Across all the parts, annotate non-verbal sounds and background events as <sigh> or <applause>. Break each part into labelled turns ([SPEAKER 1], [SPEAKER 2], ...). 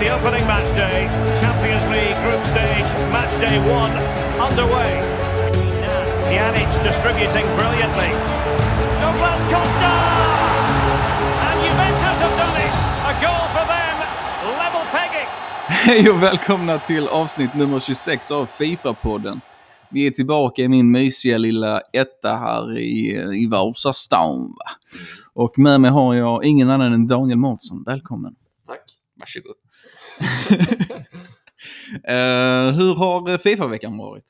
[SPEAKER 1] the opening match day. Champions League group stage, match day one, underway. Pjanic distributing brilliantly. Douglas Costa! And Juventus have done it. A goal for them. Level pegging.
[SPEAKER 2] Hej och välkomna till avsnitt nummer 26 av Fifa-podden. Vi är tillbaka i min mysiga lilla etta här i, eh, i Vasastan. Va? Och med mig har jag ingen annan än Daniel Månsson. Välkommen.
[SPEAKER 3] Tack.
[SPEAKER 2] Varsågod. uh, hur har Fifa-veckan varit?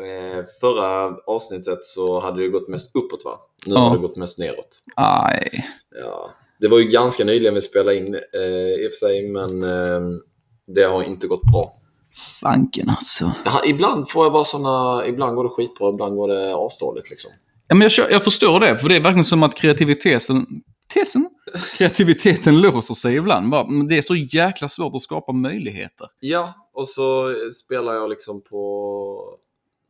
[SPEAKER 3] Eh, förra avsnittet så hade det gått mest uppåt va? Nu
[SPEAKER 2] Ja.
[SPEAKER 3] har det gått mest neråt.
[SPEAKER 2] Aj.
[SPEAKER 3] Ja. Det var ju ganska nyligen vi spelade in eh, i och för sig, men eh, det har inte gått bra.
[SPEAKER 2] Fanken alltså.
[SPEAKER 3] Ja, ibland får jag bara såna, ibland går det skitbra, ibland går det asdåligt liksom.
[SPEAKER 2] Ja, men jag, kör, jag förstår det, för det är verkligen som att kreativiteten... Tesen? Kreativiteten låser sig ibland. va? Men det är så jäkla svårt att skapa möjligheter.
[SPEAKER 3] Ja, och så spelar jag liksom på,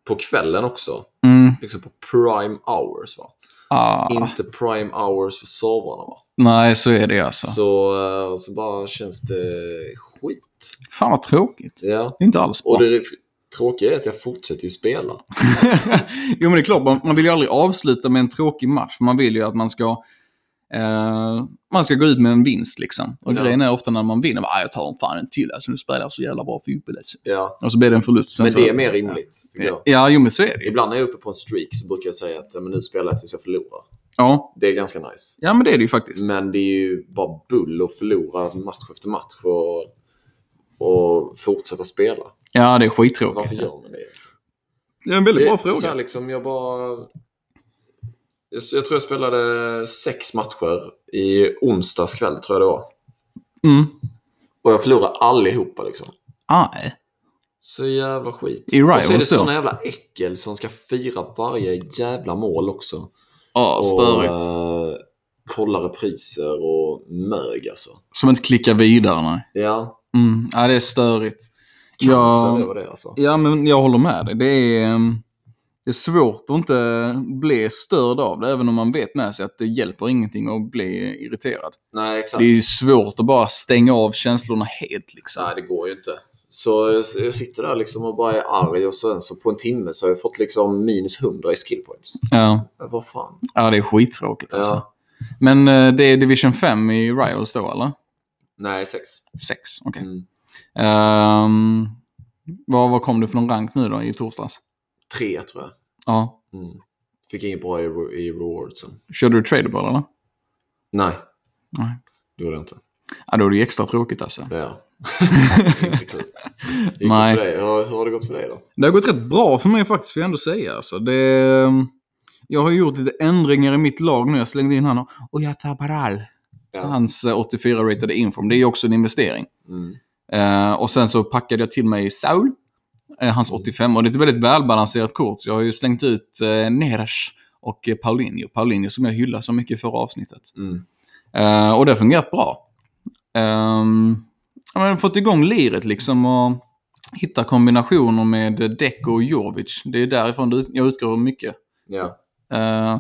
[SPEAKER 3] på kvällen också.
[SPEAKER 2] Mm.
[SPEAKER 3] Liksom på prime hours va?
[SPEAKER 2] Ah,
[SPEAKER 3] Inte prime hours för servrarna va?
[SPEAKER 2] Nej, så är det alltså.
[SPEAKER 3] Så, eh, så bara känns det skit.
[SPEAKER 2] Fan vad tråkigt.
[SPEAKER 3] Ja.
[SPEAKER 2] Det är inte alls bra.
[SPEAKER 3] Och det tråkiga är att jag fortsätter ju spela.
[SPEAKER 2] Jo, men det är klart, man, man vill ju aldrig avsluta med en tråkig match. För man vill ju att man ska, eh, man ska gå ut med en vinst. liksom. Och
[SPEAKER 3] Ja.
[SPEAKER 2] grejen är ofta när man vinner, bara, "Ah, jag tar en fan en till. Alltså, nu spelar jag så jävla bra fotboll. Alltså.
[SPEAKER 3] Ja.
[SPEAKER 2] Och så blir det en förlust. Sen
[SPEAKER 3] Men
[SPEAKER 2] så,
[SPEAKER 3] det är mer rimligt, tycker jag.
[SPEAKER 2] Ja, jo, men så är det ju.
[SPEAKER 3] Ibland när jag är uppe på en streak så brukar jag säga att "Ja, men nu spelar jag tills jag förlorar.
[SPEAKER 2] Ja.
[SPEAKER 3] Det är ganska nice.
[SPEAKER 2] ja, men det är det ju faktiskt.
[SPEAKER 3] Men det är ju bara bull att förlora match efter match och, och fortsätta spela.
[SPEAKER 2] Ja, det är
[SPEAKER 3] Varför
[SPEAKER 2] skittråkigt.
[SPEAKER 3] gör man det?
[SPEAKER 2] Det är en väldigt bra
[SPEAKER 3] Det- Så här
[SPEAKER 2] fråga.
[SPEAKER 3] liksom, jag bara... Jag, jag tror jag spelade sex matcher i onsdags kväll, tror jag det var.
[SPEAKER 2] Mm.
[SPEAKER 3] Och jag förlorade allihopa liksom.
[SPEAKER 2] Aj.
[SPEAKER 3] Så jävla skit.
[SPEAKER 2] I
[SPEAKER 3] och så är det
[SPEAKER 2] Rivals då?
[SPEAKER 3] såna jävla äckel som ska fira varje jävla mål också.
[SPEAKER 2] Ja, störigt.
[SPEAKER 3] Och eh, kolla repriser och mög alltså.
[SPEAKER 2] Som inte klickar vidare, nej.
[SPEAKER 3] Ja,
[SPEAKER 2] Mm. Ja, det är störigt.
[SPEAKER 3] cancer
[SPEAKER 2] Ja.
[SPEAKER 3] över det alltså.
[SPEAKER 2] Ja, men jag håller med dig. Det är, ehm, det är svårt att inte bli störd av det, även om man vet med sig att det hjälper ingenting att bli irriterad.
[SPEAKER 3] Nej, exakt.
[SPEAKER 2] Det är ju svårt att bara stänga av känslorna helt liksom.
[SPEAKER 3] Nej, det går ju inte. Så jag, jag sitter där liksom och bara är arg och sen så på en timme så har jag fått liksom minus 100 i skillpoints.
[SPEAKER 2] Ja,
[SPEAKER 3] Ja, Vad fan.
[SPEAKER 2] ja det är skittråkigt alltså.
[SPEAKER 3] Ja.
[SPEAKER 2] Men eh, det är Division 5 i Rivals då, eller?
[SPEAKER 3] Nej, sex.
[SPEAKER 2] 6, okej.
[SPEAKER 3] Mm.
[SPEAKER 2] Ehm, vad, vad kom du för någon rank nu då i torsdags?
[SPEAKER 3] Tre tror jag.
[SPEAKER 2] Ja.
[SPEAKER 3] Mm. Fick inget bra i, i rewardsen.
[SPEAKER 2] Körde du tradable eller?
[SPEAKER 3] Nej.
[SPEAKER 2] Nej.
[SPEAKER 3] Det gjorde jag inte.
[SPEAKER 2] Ja, då är det ju extra tråkigt alltså. <laughs>
[SPEAKER 3] Ja. inte kul. Gick det
[SPEAKER 2] Nej.
[SPEAKER 3] för dig? Hur, hur har det gått för dig då?
[SPEAKER 2] Det har gått rätt bra för mig faktiskt, får jag ändå säga. Alltså, det, jag har gjort lite ändringar i mitt lag nu. Jag slängde in han och jag Tabaral.
[SPEAKER 3] Ja.
[SPEAKER 2] Hans eh, 84-ratade inform. Det är ju också en investering.
[SPEAKER 3] Mm.
[SPEAKER 2] Eh, och sen så packade jag till mig Saul, eh, hans 85. Och det är ett väldigt välbalanserat kort. Så jag har ju slängt ut eh, Neres och eh, Paulinho. Paulinho som jag hyllade så mycket i förra avsnittet.
[SPEAKER 3] Mm.
[SPEAKER 2] Eh, och det har fungerat bra. Ehm, ja, men fått igång liret liksom och hitta kombinationer med Deco och Jovic. Det är därifrån det ut- jag utgår mycket.
[SPEAKER 3] Ja.
[SPEAKER 2] Eh,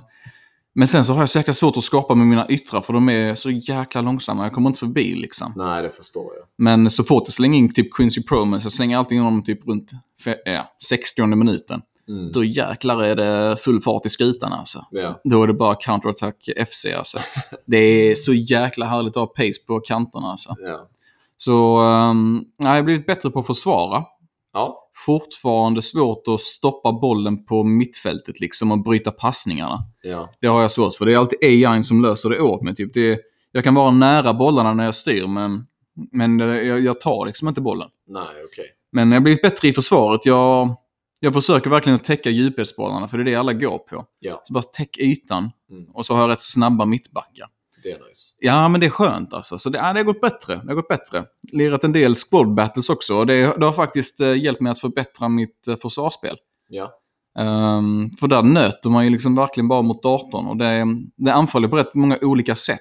[SPEAKER 2] men sen så har jag så jäkla svårt att skapa med mina yttrar för de är så jäkla långsamma. Jag kommer inte förbi liksom.
[SPEAKER 3] Nej, det förstår jag.
[SPEAKER 2] Men så fort jag slänger in typ Quincy Promes, jag slänger alltid in honom typ runt fe- ja, 60 minuten.
[SPEAKER 3] Mm.
[SPEAKER 2] Då jäklar är det full fart i skutan alltså.
[SPEAKER 3] Ja.
[SPEAKER 2] Då är det bara counterattack FC alltså. Det är så jäkla härligt att ha pace på kanterna alltså.
[SPEAKER 3] Ja.
[SPEAKER 2] Så ehm, nej, jag har blivit bättre på att försvara.
[SPEAKER 3] ja.
[SPEAKER 2] Fortfarande svårt att stoppa bollen på mittfältet liksom och bryta passningarna.
[SPEAKER 3] Ja.
[SPEAKER 2] Det har jag svårt för. Det är alltid AI som löser det åt mig. Typ. Det är, jag kan vara nära bollarna när jag styr men, men eh, jag, jag tar liksom inte bollen.
[SPEAKER 3] Nej, okej.
[SPEAKER 2] Men jag har blivit bättre i försvaret. Jag, jag försöker verkligen att täcka djupledsbollarna för det är det alla går på.
[SPEAKER 3] Ja.
[SPEAKER 2] Så bara täck ytan
[SPEAKER 3] Mm.
[SPEAKER 2] och så har jag rätt snabba mittbackar.
[SPEAKER 3] Det är nice.
[SPEAKER 2] Ja, men det är skönt alltså. Så det, ja, det har gått bättre. Det har gått bättre. Lirat en del squad battles också. Och det, det har faktiskt eh, hjälpt mig att förbättra mitt eh, försvarsspel.
[SPEAKER 3] Ja.
[SPEAKER 2] Ehm, för där nöter man ju liksom verkligen bara mot datorn. Och det, det anfaller på rätt många olika sätt.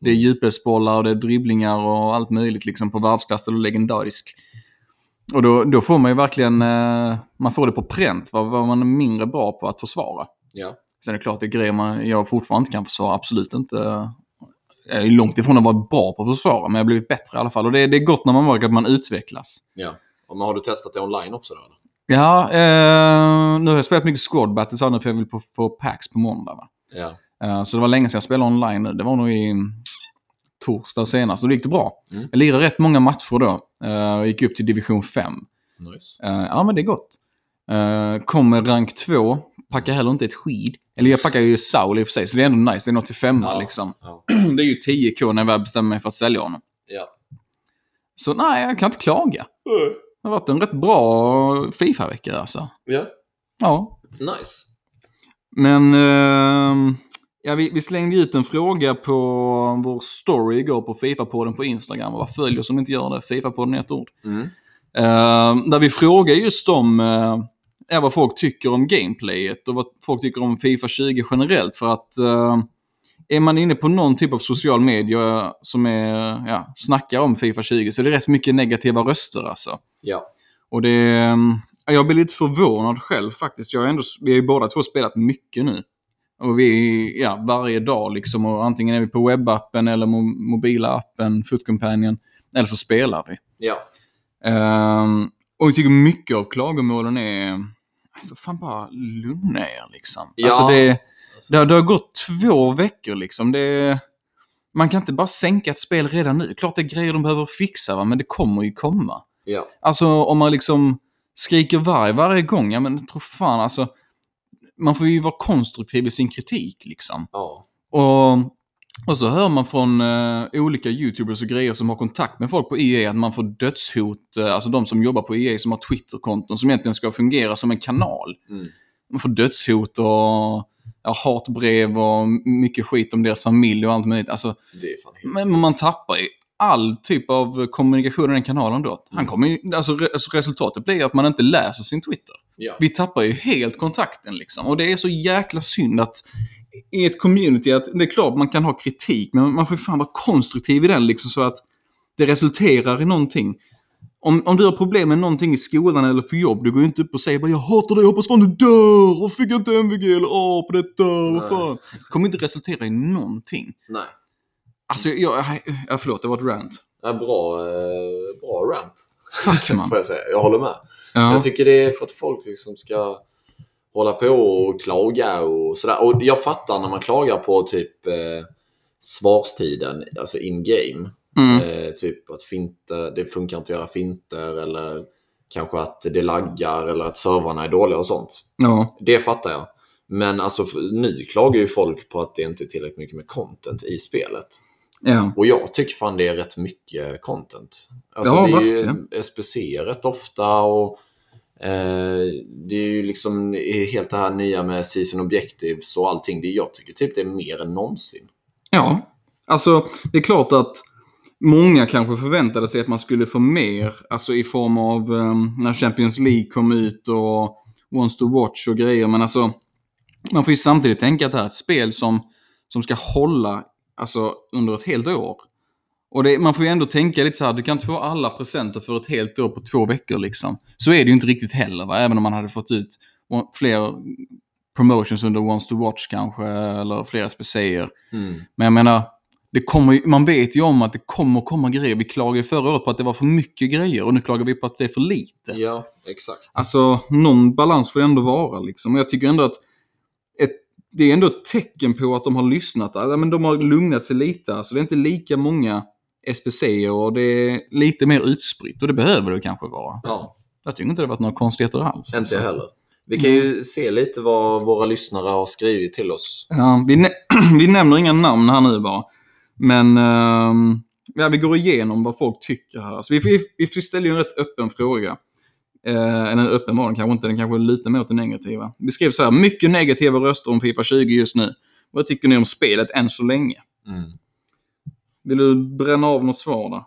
[SPEAKER 2] Det är djupledsbollar och det är dribblingar och allt möjligt liksom på världsklass eller legendarisk. Och då, då får man ju verkligen, eh, man får det på pränt vad, vad man är mindre bra på att försvara.
[SPEAKER 3] Ja.
[SPEAKER 2] Sen är det klart, det är grejer man, jag fortfarande inte kan försvara. Absolut inte jag är långt ifrån att vara bra på att försvara, men jag har blivit bättre i alla fall. Och det, är- det är gott när man märker att man utvecklas.
[SPEAKER 3] Ja. Ja, Men har du testat det online också då? Eller?
[SPEAKER 2] Ja, eh, nu har jag spelat mycket squad battles här nu för jag vill på, få packs på måndag. Va?
[SPEAKER 3] Ja.
[SPEAKER 2] Eh, så det var länge sedan jag spelade online nu. Det var nog i torsdag senast och då gick det bra.
[SPEAKER 3] Mm.
[SPEAKER 2] Jag lirade rätt många matcher då. Eh, och gick upp till division 5.
[SPEAKER 3] Nice.
[SPEAKER 2] Eh, ja, men det är gott. Eh, kommer rank 2, packar heller inte ett skid. Eller jag packar ju Saul i och för sig, så det är ändå nice. Det är en 85
[SPEAKER 3] Ja.
[SPEAKER 2] liksom. <clears throat>
[SPEAKER 3] Ja.
[SPEAKER 2] Det är ju 10k när jag väl bestämmer mig för att sälja honom.
[SPEAKER 3] ja.
[SPEAKER 2] Så nej, jag kan inte klaga. Det har varit en rätt bra Fifa-vecka alltså.
[SPEAKER 3] Ja.
[SPEAKER 2] Ja.
[SPEAKER 3] Nice.
[SPEAKER 2] Men... ehm, ja, vi, vi slängde ut en fråga på vår story igår på Fifa-podden på Instagram. Och vad följer som inte gör det? Fifa-podden är ett ord.
[SPEAKER 3] Mm.
[SPEAKER 2] Eh, där vi frågar just om eh, är vad folk tycker om gameplayet och vad folk tycker om Fifa 20 generellt. För att eh, är man inne på någon typ av social media som är, ja, snackar om Fifa 20 så är det rätt mycket negativa röster alltså.
[SPEAKER 3] Ja.
[SPEAKER 2] Och det, eh, jag blir lite förvånad själv faktiskt. Jag är ändå, vi har ju båda två spelat mycket nu. Och vi, ja, varje dag liksom. Och antingen är vi på webbappen eller mo- mobila appen, Foot Companion. Eller så spelar vi.
[SPEAKER 3] Ja.
[SPEAKER 2] Ehm, och jag tycker mycket av klagomålen är... Alltså fan bara lugna er liksom.
[SPEAKER 3] Ja.
[SPEAKER 2] Alltså det, det, har, det har gått två veckor liksom. Det, man kan inte bara sänka ett spel redan nu. Klart det är grejer de behöver fixa va, men det kommer ju komma.
[SPEAKER 3] Ja.
[SPEAKER 2] Alltså om man liksom skriker varg varje gång, ja men tro fan alltså. Man får ju vara konstruktiv i sin kritik liksom.
[SPEAKER 3] Ja.
[SPEAKER 2] Och, och så hör man från eh, olika YouTubers och grejer som har kontakt med folk på EA att man får dödshot, eh, alltså de som jobbar på EA som har Twitterkonton som egentligen ska fungera som en kanal.
[SPEAKER 3] Mm.
[SPEAKER 2] Man får dödshot och ja, hatbrev och mycket skit om deras familj och allt möjligt. Alltså,
[SPEAKER 3] Det är fan helt...
[SPEAKER 2] men men man tappar ju all typ av kommunikation i den kanalen då. Han
[SPEAKER 3] Mm.
[SPEAKER 2] kommer ju, alltså, re, alltså resultatet blir att man inte läser sin Twitter.
[SPEAKER 3] Ja.
[SPEAKER 2] Vi tappar ju helt kontakten liksom. Och det är så jäkla synd att i ett community, att det är klart man kan ha kritik, men man får ju fan vara konstruktiv i den liksom så att det resulterar i någonting. Om, om du har problem med någonting i skolan eller på jobb, du går ju inte upp och säger bara “Jag hatar dig, jag hoppas fan du dör! Varför fick jag inte MVG eller A på detta? Vad
[SPEAKER 3] Nej.
[SPEAKER 2] fan?” Det kommer inte resultera i någonting.
[SPEAKER 3] Nej.
[SPEAKER 2] Alltså, jag, jag, förlåt, det var ett rant.
[SPEAKER 3] Ja, bra, eh, bra rant,
[SPEAKER 2] Tack man.
[SPEAKER 3] får jag säga. Jag håller med.
[SPEAKER 2] Ja.
[SPEAKER 3] Jag tycker det är för att folk liksom ska hålla på och klaga och sådär. Och jag fattar när man klagar på typ eh, svarstiden, alltså in-game.
[SPEAKER 2] Mm.
[SPEAKER 3] Eh, typ att finta, det funkar inte att göra finter eller kanske att det laggar eller att servrarna är dåliga och sånt.
[SPEAKER 2] ja.
[SPEAKER 3] Det fattar jag. Men alltså, f- nu klagar ju folk på att det inte är tillräckligt mycket med content i spelet.
[SPEAKER 2] Ja.
[SPEAKER 3] Och jag tycker fan det är rätt mycket content. Alltså,
[SPEAKER 2] Ja,
[SPEAKER 3] det är ju
[SPEAKER 2] verkligen.
[SPEAKER 3] SPC rätt ofta och eh, det är ju liksom helt det här nya med season objectives och allting. Det, jag tycker typ det är mer än någonsin.
[SPEAKER 2] Ja, alltså det är klart att många kanske förväntade sig att man skulle få mer, alltså i form av ehm, när Champions League kom ut och Wants to Watch och grejer, men alltså man får ju samtidigt tänka att det här är ett spel som, som ska hålla alltså, under ett helt år. Och det, man får ju ändå tänka lite så här, du kan inte få alla presenter för ett helt år på två veckor liksom. Så är det ju inte riktigt heller, va? även om man hade fått ut o- fler promotions under Wants to Watch kanske, eller fler SPC'er. Men jag menar, det kommer, ju- man vet ju om att det kommer komma grejer. Vi klagade ju förra året på att det var för mycket grejer och nu klagar vi på att det är för lite.
[SPEAKER 3] Ja, exakt.
[SPEAKER 2] Alltså, någon balans får det ändå vara liksom. Och jag tycker ändå att ett, det är ändå ett tecken på att de har lyssnat. Ja, men de har lugnat sig lite. Alltså, det är inte lika många SPC'er och det är lite mer utspritt. Och det behöver det kanske vara.
[SPEAKER 3] Ja,
[SPEAKER 2] Jag tycker inte det har varit några konstigheter alls.
[SPEAKER 3] inte
[SPEAKER 2] alltså.
[SPEAKER 3] jag heller. Vi kan ju se lite vad våra lyssnare har skrivit till oss.
[SPEAKER 2] Ja, vi, nä- <clears throat> vi nämner inga namn här nu bara. Men ehm, ja, vi går igenom vad folk tycker här. Alltså, vi, vi, vi ställer ju en rätt öppen fråga. Eh, eller öppen var den kanske inte, den kanske är lite mer åt det negativa. Vi skrev så här, mycket negativa röster om Fifa 20 just nu. Vad tycker ni om spelet än så länge? Vill du bränna av något svar där?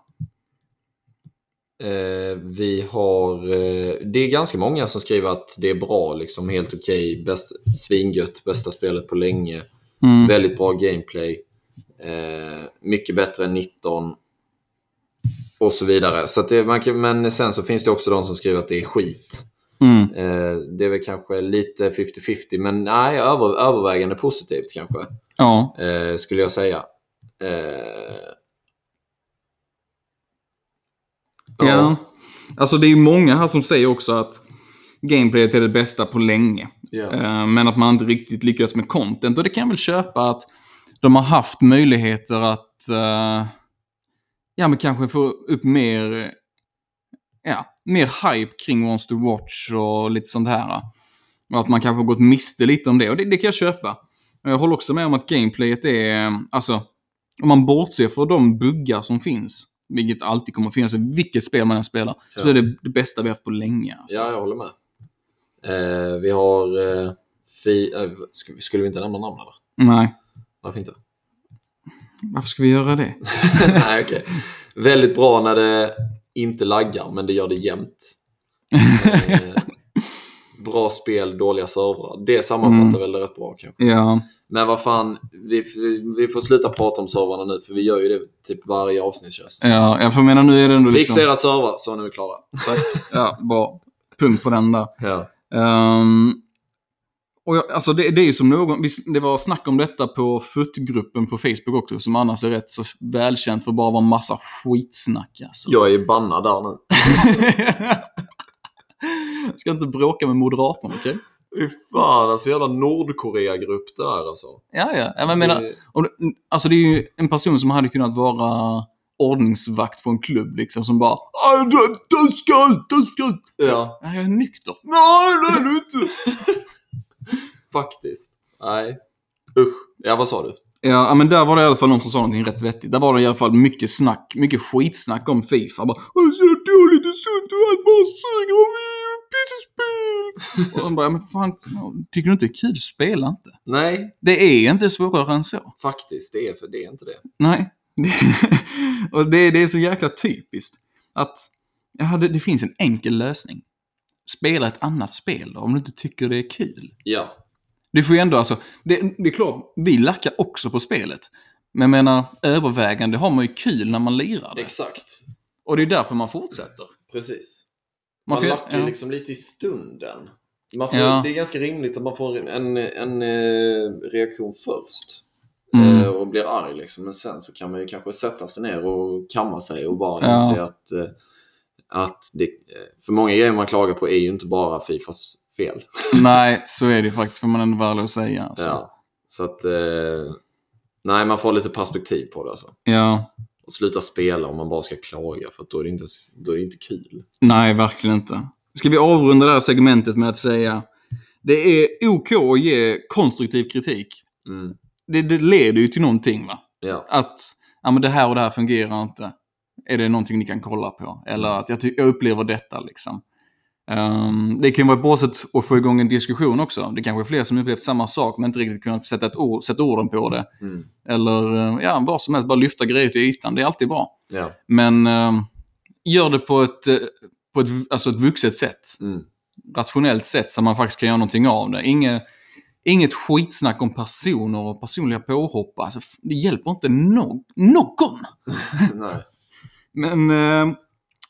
[SPEAKER 3] Eh, vi har, eh, det är ganska många som skriver att det är bra, liksom helt okej, bäst, svingött, bästa spelet på länge.
[SPEAKER 2] Mm.
[SPEAKER 3] Väldigt bra gameplay. Eh, mycket bättre än 19. Och så vidare. Så att det, man kan, men sen så finns det också de som skriver att det är skit.
[SPEAKER 2] Mm.
[SPEAKER 3] Eh, det är väl kanske lite 50-50, men nej, över, övervägande positivt kanske.
[SPEAKER 2] Ja.
[SPEAKER 3] Eh, skulle jag säga. Eh,
[SPEAKER 2] Ja. Alltså det är ju många här som säger också att gameplayet är det bästa på länge.
[SPEAKER 3] Ja.
[SPEAKER 2] Eh, Men att man inte riktigt lyckas med content. Och det kan jag väl köpa att de har haft möjligheter att eh, ja, men kanske få upp mer, eh, ja, mer hype kring Wants to Watch och lite sånt här. Och att man kanske har gått miste lite om det. Och det, det kan jag köpa. Men jag håller också med om att gameplayet är, eh, alltså, om man bortser från de buggar som finns, vilket alltid kommer att finnas i vilket spel man än spelar, så
[SPEAKER 3] Ja.
[SPEAKER 2] är det det bästa vi haft på länge. Alltså.
[SPEAKER 3] Ja, jag håller med. Eh, vi har... Eh, fi, eh, sk- skulle vi inte nämna namn eller?
[SPEAKER 2] Nej.
[SPEAKER 3] Varför inte?
[SPEAKER 2] Varför ska vi göra
[SPEAKER 3] <laughs>
[SPEAKER 2] det?
[SPEAKER 3] Nej, okej. Väldigt bra när det inte laggar, men det gör det jämt. Eh, bra spel, dåliga servrar. Det sammanfattar
[SPEAKER 2] Mm.
[SPEAKER 3] väl det rätt bra kanske.
[SPEAKER 2] Ja,
[SPEAKER 3] Men vad fan, vi, vi får sluta prata om servrarna nu, för vi gör ju det typ varje avsnitt känns det som.
[SPEAKER 2] ja jag får mena nu är det ändå
[SPEAKER 3] Fixa
[SPEAKER 2] liksom...
[SPEAKER 3] era servrar, så nu är vi klara.
[SPEAKER 2] Ja, bra. Punkt på den där.
[SPEAKER 3] Ja.
[SPEAKER 2] Ehm, och jag, alltså det, det är ju som någon, vi, det var snack om detta på FUT-gruppen på Facebook också, som annars är rätt så välkänt för att bara vara en massa skitsnack alltså.
[SPEAKER 3] Jag är bannad där nu.
[SPEAKER 2] Jag ska inte bråka med moderaterna, okej?
[SPEAKER 3] Fy fan, alltså jävla Nordkorea-grupp det där alltså.
[SPEAKER 2] Ja, ja. ja men jag menar,
[SPEAKER 3] Det-
[SPEAKER 2] om du- alltså det är ju en person som hade kunnat vara ordningsvakt på en klubb liksom, som bara "Ah, du- du ska ut, du ska ut."
[SPEAKER 3] Ja.
[SPEAKER 2] Ja, jag är nykter.
[SPEAKER 3] Nej, det är du inte! Faktiskt. Nej. Usch. Ja, vad sa du?
[SPEAKER 2] Ja, men där var det i alla fall någon som sa någonting rätt vettigt. Där var det i alla fall mycket snack, mycket skitsnack om Fifa. Bara "Alltså, det är dåligt och sunt och allt bara suger och vi är ett pyttespel." Och de bara, men fan, tycker du inte det är kul, spela inte.
[SPEAKER 3] Nej,
[SPEAKER 2] Det är inte svårare än så.
[SPEAKER 3] faktiskt. Det är, för det är inte det.
[SPEAKER 2] Nej. <laughs> och det, det är så jäkla typiskt. Att ja, det, det finns en enkel lösning. Spela ett annat spel då, om du inte tycker det är kul.
[SPEAKER 3] Ja.
[SPEAKER 2] Du får ju ändå alltså, det, det är klart, vi lackar också på spelet. Men jag menar, övervägande har man ju kul när man lirar det.
[SPEAKER 3] Exakt.
[SPEAKER 2] Och det är därför man fortsätter.
[SPEAKER 3] Precis.
[SPEAKER 2] Man
[SPEAKER 3] Man,
[SPEAKER 2] får-
[SPEAKER 3] lackar ju
[SPEAKER 2] ja.
[SPEAKER 3] liksom lite i stunden. Man får,
[SPEAKER 2] Ja.
[SPEAKER 3] Det är ganska rimligt att man får en, en, en eh, reaktion först.
[SPEAKER 2] Mm.
[SPEAKER 3] Eh, och blir arg liksom. Men sen så kan man ju kanske sätta sig ner och kamma sig och bara
[SPEAKER 2] Ja.
[SPEAKER 3] inse att, eh, att det, eh, för många grejer man klagar på är ju inte bara Fifas fel.
[SPEAKER 2] Nej, så är det faktiskt, får man ändå vara ärlig och säga. Alltså. <laughs> Ja.
[SPEAKER 3] Ja. Så att... Eh, nej, man får lite perspektiv på det alltså. Och sluta spela om man bara ska klaga för att då är det inte, ens- då är det inte kul.
[SPEAKER 2] Nej, verkligen inte. Ska vi avrunda det här segmentet med att säga det är OK att ge konstruktiv kritik.
[SPEAKER 3] Mm.
[SPEAKER 2] Det, det leder ju till någonting, va?
[SPEAKER 3] Ja.
[SPEAKER 2] Att ja, men det här och det här fungerar inte. Är det någonting ni kan kolla på? Eller
[SPEAKER 3] Mm.
[SPEAKER 2] att jag, ty- jag upplever detta, liksom. Ehm, det kan ju vara ett bra sätt att få igång en diskussion också. Det kanske är fler som upplevt samma sak men inte riktigt kunnat sätta, ett ord, sätta orden på det.
[SPEAKER 3] Mm.
[SPEAKER 2] Eller eh, ja, vad som helst, bara lyfta grejer till ytan. Det är alltid bra.
[SPEAKER 3] ja.
[SPEAKER 2] Men eh, gör det på ett, eh, på ett, alltså ett vuxet sätt.
[SPEAKER 3] Mm.
[SPEAKER 2] Rationellt sätt så man faktiskt kan göra någonting av det. Inge, inget skitsnack om personer och personliga påhopp. Alltså, f- det hjälper inte no- någon.
[SPEAKER 3] nej.
[SPEAKER 2] Men eh,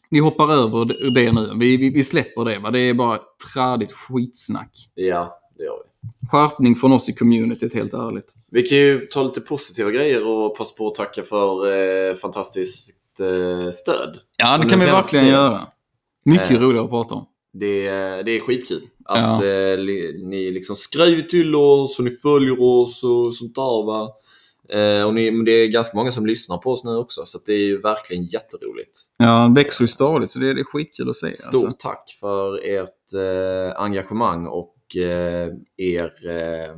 [SPEAKER 2] vi hoppar över det- det nu. Vi, vi, vi släpper det. Va? Det är bara tradigt skitsnack.
[SPEAKER 3] Ja, det gör vi.
[SPEAKER 2] Skärpning från oss i communityt, helt ärligt.
[SPEAKER 3] Vi kan ju ta lite positiva grejer och passa på att tacka för eh, fantastiskt eh, stöd.
[SPEAKER 2] Ja, det
[SPEAKER 3] Men
[SPEAKER 2] kan vi
[SPEAKER 3] den
[SPEAKER 2] verkligen
[SPEAKER 3] senaste-
[SPEAKER 2] göra. Mycket
[SPEAKER 3] Eh.
[SPEAKER 2] roligare att prata om.
[SPEAKER 3] Det, är- det är skitkul att eh, li- ni liksom skriver till oss och ni följer oss och sånt där. Va? Eh, och ni, men det är ganska många som lyssnar på oss nu också, så att det är ju verkligen jätteroligt.
[SPEAKER 2] Ja, växer ju stadigt, så det, det är skitkul att se.
[SPEAKER 3] Stort
[SPEAKER 2] Alltså.
[SPEAKER 3] tack för ert eh, engagemang och eh, er... Eh,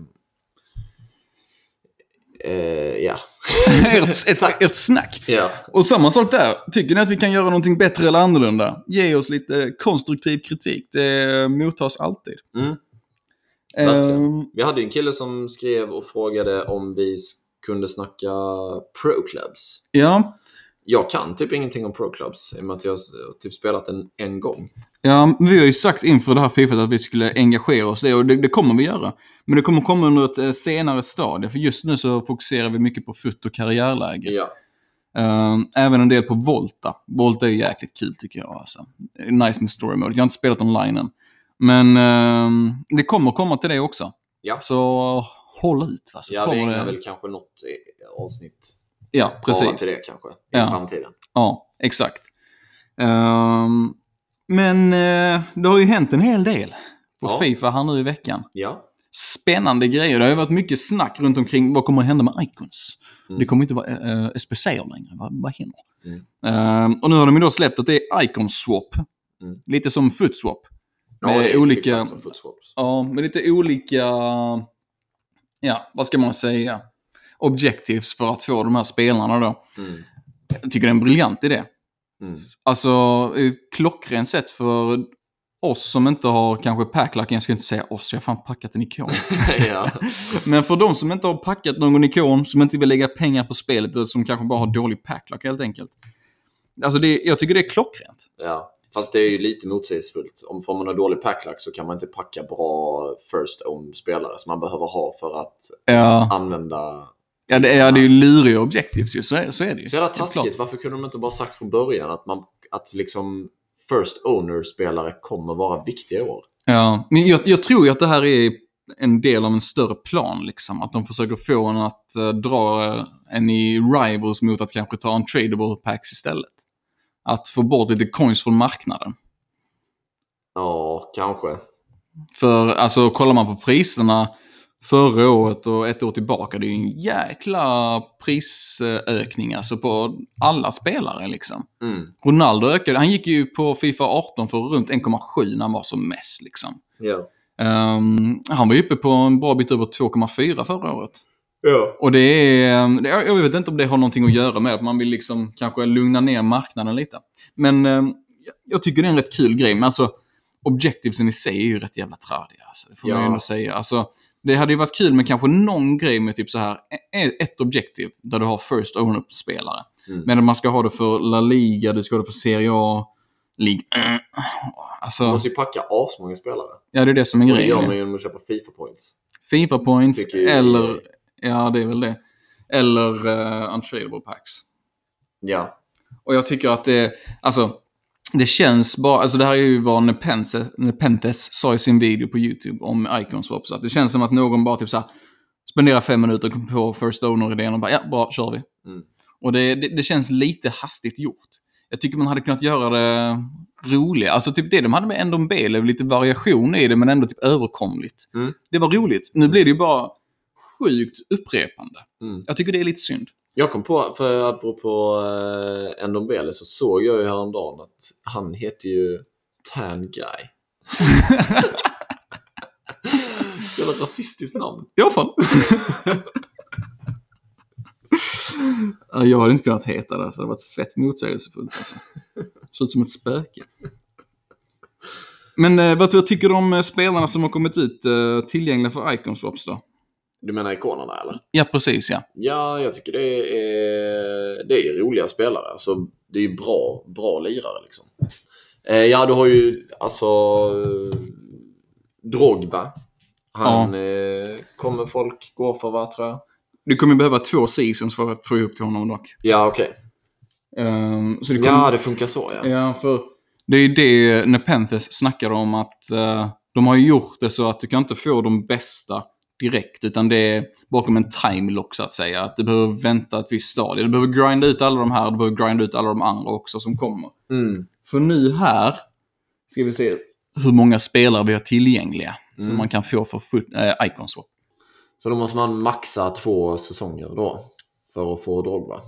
[SPEAKER 3] eh, ja.
[SPEAKER 2] ett, ett, ett snack.
[SPEAKER 3] ja.
[SPEAKER 2] Och samma sak där. Tycker ni att vi kan göra någonting bättre eller annorlunda? Ge oss lite konstruktiv kritik. Det mottas alltid.
[SPEAKER 3] Mm. Verkligen.
[SPEAKER 2] Ehm,
[SPEAKER 3] Vi hade ju en kille som skrev och frågade om vi s- kunde snacka pro clubs.
[SPEAKER 2] ja.
[SPEAKER 3] Jag kan typ ingenting om pro clubs i och med att jag s- typ spelat en, en gång.
[SPEAKER 2] ja, vi har ju sagt inför det här Fifat att vi skulle engagera oss i det och det, det kommer vi göra. Men det kommer komma under ett eh, senare stadie för just nu så fokuserar vi mycket på fot och karriärläge.
[SPEAKER 3] Ja.
[SPEAKER 2] Ehm, även en del på Volta. Volta är ju jäkligt kul tycker jag. Alltså. Det är Nice med story mode. Jag har inte spelat online än. Men ehm, det kommer komma till det också.
[SPEAKER 3] Ja.
[SPEAKER 2] Så håll ut. Va? Så
[SPEAKER 3] Ja, vi
[SPEAKER 2] kommer
[SPEAKER 3] ägnar
[SPEAKER 2] det...
[SPEAKER 3] väl kanske något i- avsnitt
[SPEAKER 2] Ja,
[SPEAKER 3] bara
[SPEAKER 2] precis.
[SPEAKER 3] till det kanske i
[SPEAKER 2] Ja.
[SPEAKER 3] framtiden.
[SPEAKER 2] Ja, exakt. Ehm, men eh, det har ju hänt en hel del på
[SPEAKER 3] Ja.
[SPEAKER 2] Fifa här nu i veckan.
[SPEAKER 3] Ja.
[SPEAKER 2] Spännande grejer. Det har ju varit mycket snack runt omkring vad kommer att hända med Icons.
[SPEAKER 3] Mm.
[SPEAKER 2] Det kommer inte vara uh, SPC längre. Vad, vad händer?
[SPEAKER 3] Mm.
[SPEAKER 2] Ehm, och nu har de ju då släppt att det är Icon Swap.
[SPEAKER 3] Mm.
[SPEAKER 2] Lite som Foot Swap.
[SPEAKER 3] Ja,
[SPEAKER 2] Med
[SPEAKER 3] det är typ
[SPEAKER 2] olika-
[SPEAKER 3] exakt som footswaps.
[SPEAKER 2] Ja, med lite olika, ja, vad ska man säga, objectives för att få de här spelarna då.
[SPEAKER 3] Mm.
[SPEAKER 2] Jag tycker det är en briljant idé.
[SPEAKER 3] Mm.
[SPEAKER 2] Alltså, eh, klockrent sätt för oss som inte har kanske packlacken, jag ska inte säga oss, jag har fan packat en ikon.
[SPEAKER 3] <laughs> ja.
[SPEAKER 2] Men för de som inte har packat någon ikon, som inte vill lägga pengar på spelet, och som kanske bara har dålig packlack helt enkelt. Alltså, det, jag tycker det är klockrent.
[SPEAKER 3] ja. Fast det är ju lite motsägelsefullt. Om får man har dålig packlack så kan man inte packa bra first owned spelare som man behöver ha för att
[SPEAKER 2] Ja,
[SPEAKER 3] använda...
[SPEAKER 2] ja det, är- ja, det är ju luriga objectives ju, så är, så är det ju.
[SPEAKER 3] Så jävla
[SPEAKER 2] Helt klart.
[SPEAKER 3] taskigt. Varför kunde de inte bara sagt från början att, man, att liksom first owner-spelare kommer vara viktiga i år?
[SPEAKER 2] Ja, men jag, jag tror ju att det här är en del av en större plan. Liksom. Att de försöker få en att eh, dra eh, en i Rivals mot att kanske ta en tradable packs istället. Att få bort lite coins från marknaden.
[SPEAKER 3] Ja, kanske.
[SPEAKER 2] För alltså kollar man på priserna förra året och ett år tillbaka, det är ju en jäkla prisökning alltså på alla spelare liksom.
[SPEAKER 3] Mm.
[SPEAKER 2] Ronaldo ökade, han gick ju på Fifa 18 för runt 1,7 när han var som mest liksom.
[SPEAKER 3] Ja.
[SPEAKER 2] Ehm, han var ju uppe på en bra bit över 2,4 förra året.
[SPEAKER 3] Ja.
[SPEAKER 2] Och det är, ehm, det- jag vet inte om det har någonting att göra med att man vill liksom kanske lugna ner marknaden lite. Men ehm, jag- jag tycker det är en rätt kul grej. Men alltså, objectivesen i sig är ju rätt jävla tradiga. Alltså, det får man
[SPEAKER 3] Ja.
[SPEAKER 2] ju ändå säga. Alltså, det hade ju varit kul med kanske någon grej med typ så här e- ett objektiv där du har first owner-spelare.
[SPEAKER 3] Mm.
[SPEAKER 2] Men man ska ha det för La Liga, du ska ha det för Serie A, Liga...
[SPEAKER 3] Man
[SPEAKER 2] <clears throat> Alltså,
[SPEAKER 3] måste ju packa asmånga spelare.
[SPEAKER 2] ja det är det som är
[SPEAKER 3] Och det
[SPEAKER 2] grejen.
[SPEAKER 3] gör
[SPEAKER 2] ju.
[SPEAKER 3] man ju genom att köpa FIFA points.
[SPEAKER 2] Fifa points
[SPEAKER 3] Tycker jag-
[SPEAKER 2] eller... Ja, det är väl det. Eller uh, untradable packs.
[SPEAKER 3] Ja.
[SPEAKER 2] Och jag tycker att det... Alltså, det känns bara... Alltså det här är ju vad Nepenthes, Nepenthes sa i sin video på YouTube om Icon Swap. Så att det känns som att någon bara typ så här, spenderar fem minuter på First Owner-idén och bara ja, bra, kör vi.
[SPEAKER 3] Mm.
[SPEAKER 2] Och det, det, det känns lite hastigt gjort. Jag tycker man hade kunnat göra det roligare. Alltså typ det de hade med Endon Bele, lite variation i det men ändå typ överkomligt.
[SPEAKER 3] Mm.
[SPEAKER 2] Det var roligt. Nu blir det ju bara sjukt upprepande.
[SPEAKER 3] Mm.
[SPEAKER 2] Jag tycker det är lite synd.
[SPEAKER 3] Jag kom på, för apropå eh, Ndombele så såg jag ju häromdagen att han heter ju Tan Guy.
[SPEAKER 2] <laughs>
[SPEAKER 3] Så jävla rasistiskt namn.
[SPEAKER 2] I alla fall. Ja, <laughs> jag hade inte kunnat heta det, så det hade varit fett motsägelsefullt. Alltså. Ser ut som ett spöke. Men eh, vad, vad tycker du om eh, spelarna som har kommit ut eh, tillgängliga för Icon Swaps då?
[SPEAKER 3] Du menar ikonerna eller?
[SPEAKER 2] Ja, precis ja.
[SPEAKER 3] Ja, jag tycker det är, det är roliga spelare. Alltså, det är ju bra, bra lirare. Liksom. Eh, ja, du har ju alltså eh, Drogba. Han eh, kommer folk gå för, va, tror jag?
[SPEAKER 2] Du kommer behöva två seasons för att få ihop till honom dock.
[SPEAKER 3] Ja, okej.
[SPEAKER 2] Ehm, så det Eh, kommer...
[SPEAKER 3] Ja, det funkar så, ja.
[SPEAKER 2] Ja, för det är ju det Nepenthes snackar om att eh, de har ju gjort det så att du kan inte få de bästa direkt utan det är bakom en timelock så att säga. Att du behöver vänta ett visst stadie. Du behöver grinda ut alla de här, du behöver grinda ut alla de andra också som kommer.
[SPEAKER 3] Mm.
[SPEAKER 2] För nu här ska vi se hur många spelare vi har tillgängliga
[SPEAKER 3] Mm.
[SPEAKER 2] som man kan få för full, eh, icon swap.
[SPEAKER 3] Så då måste man maxa två säsonger då för att få Drogba.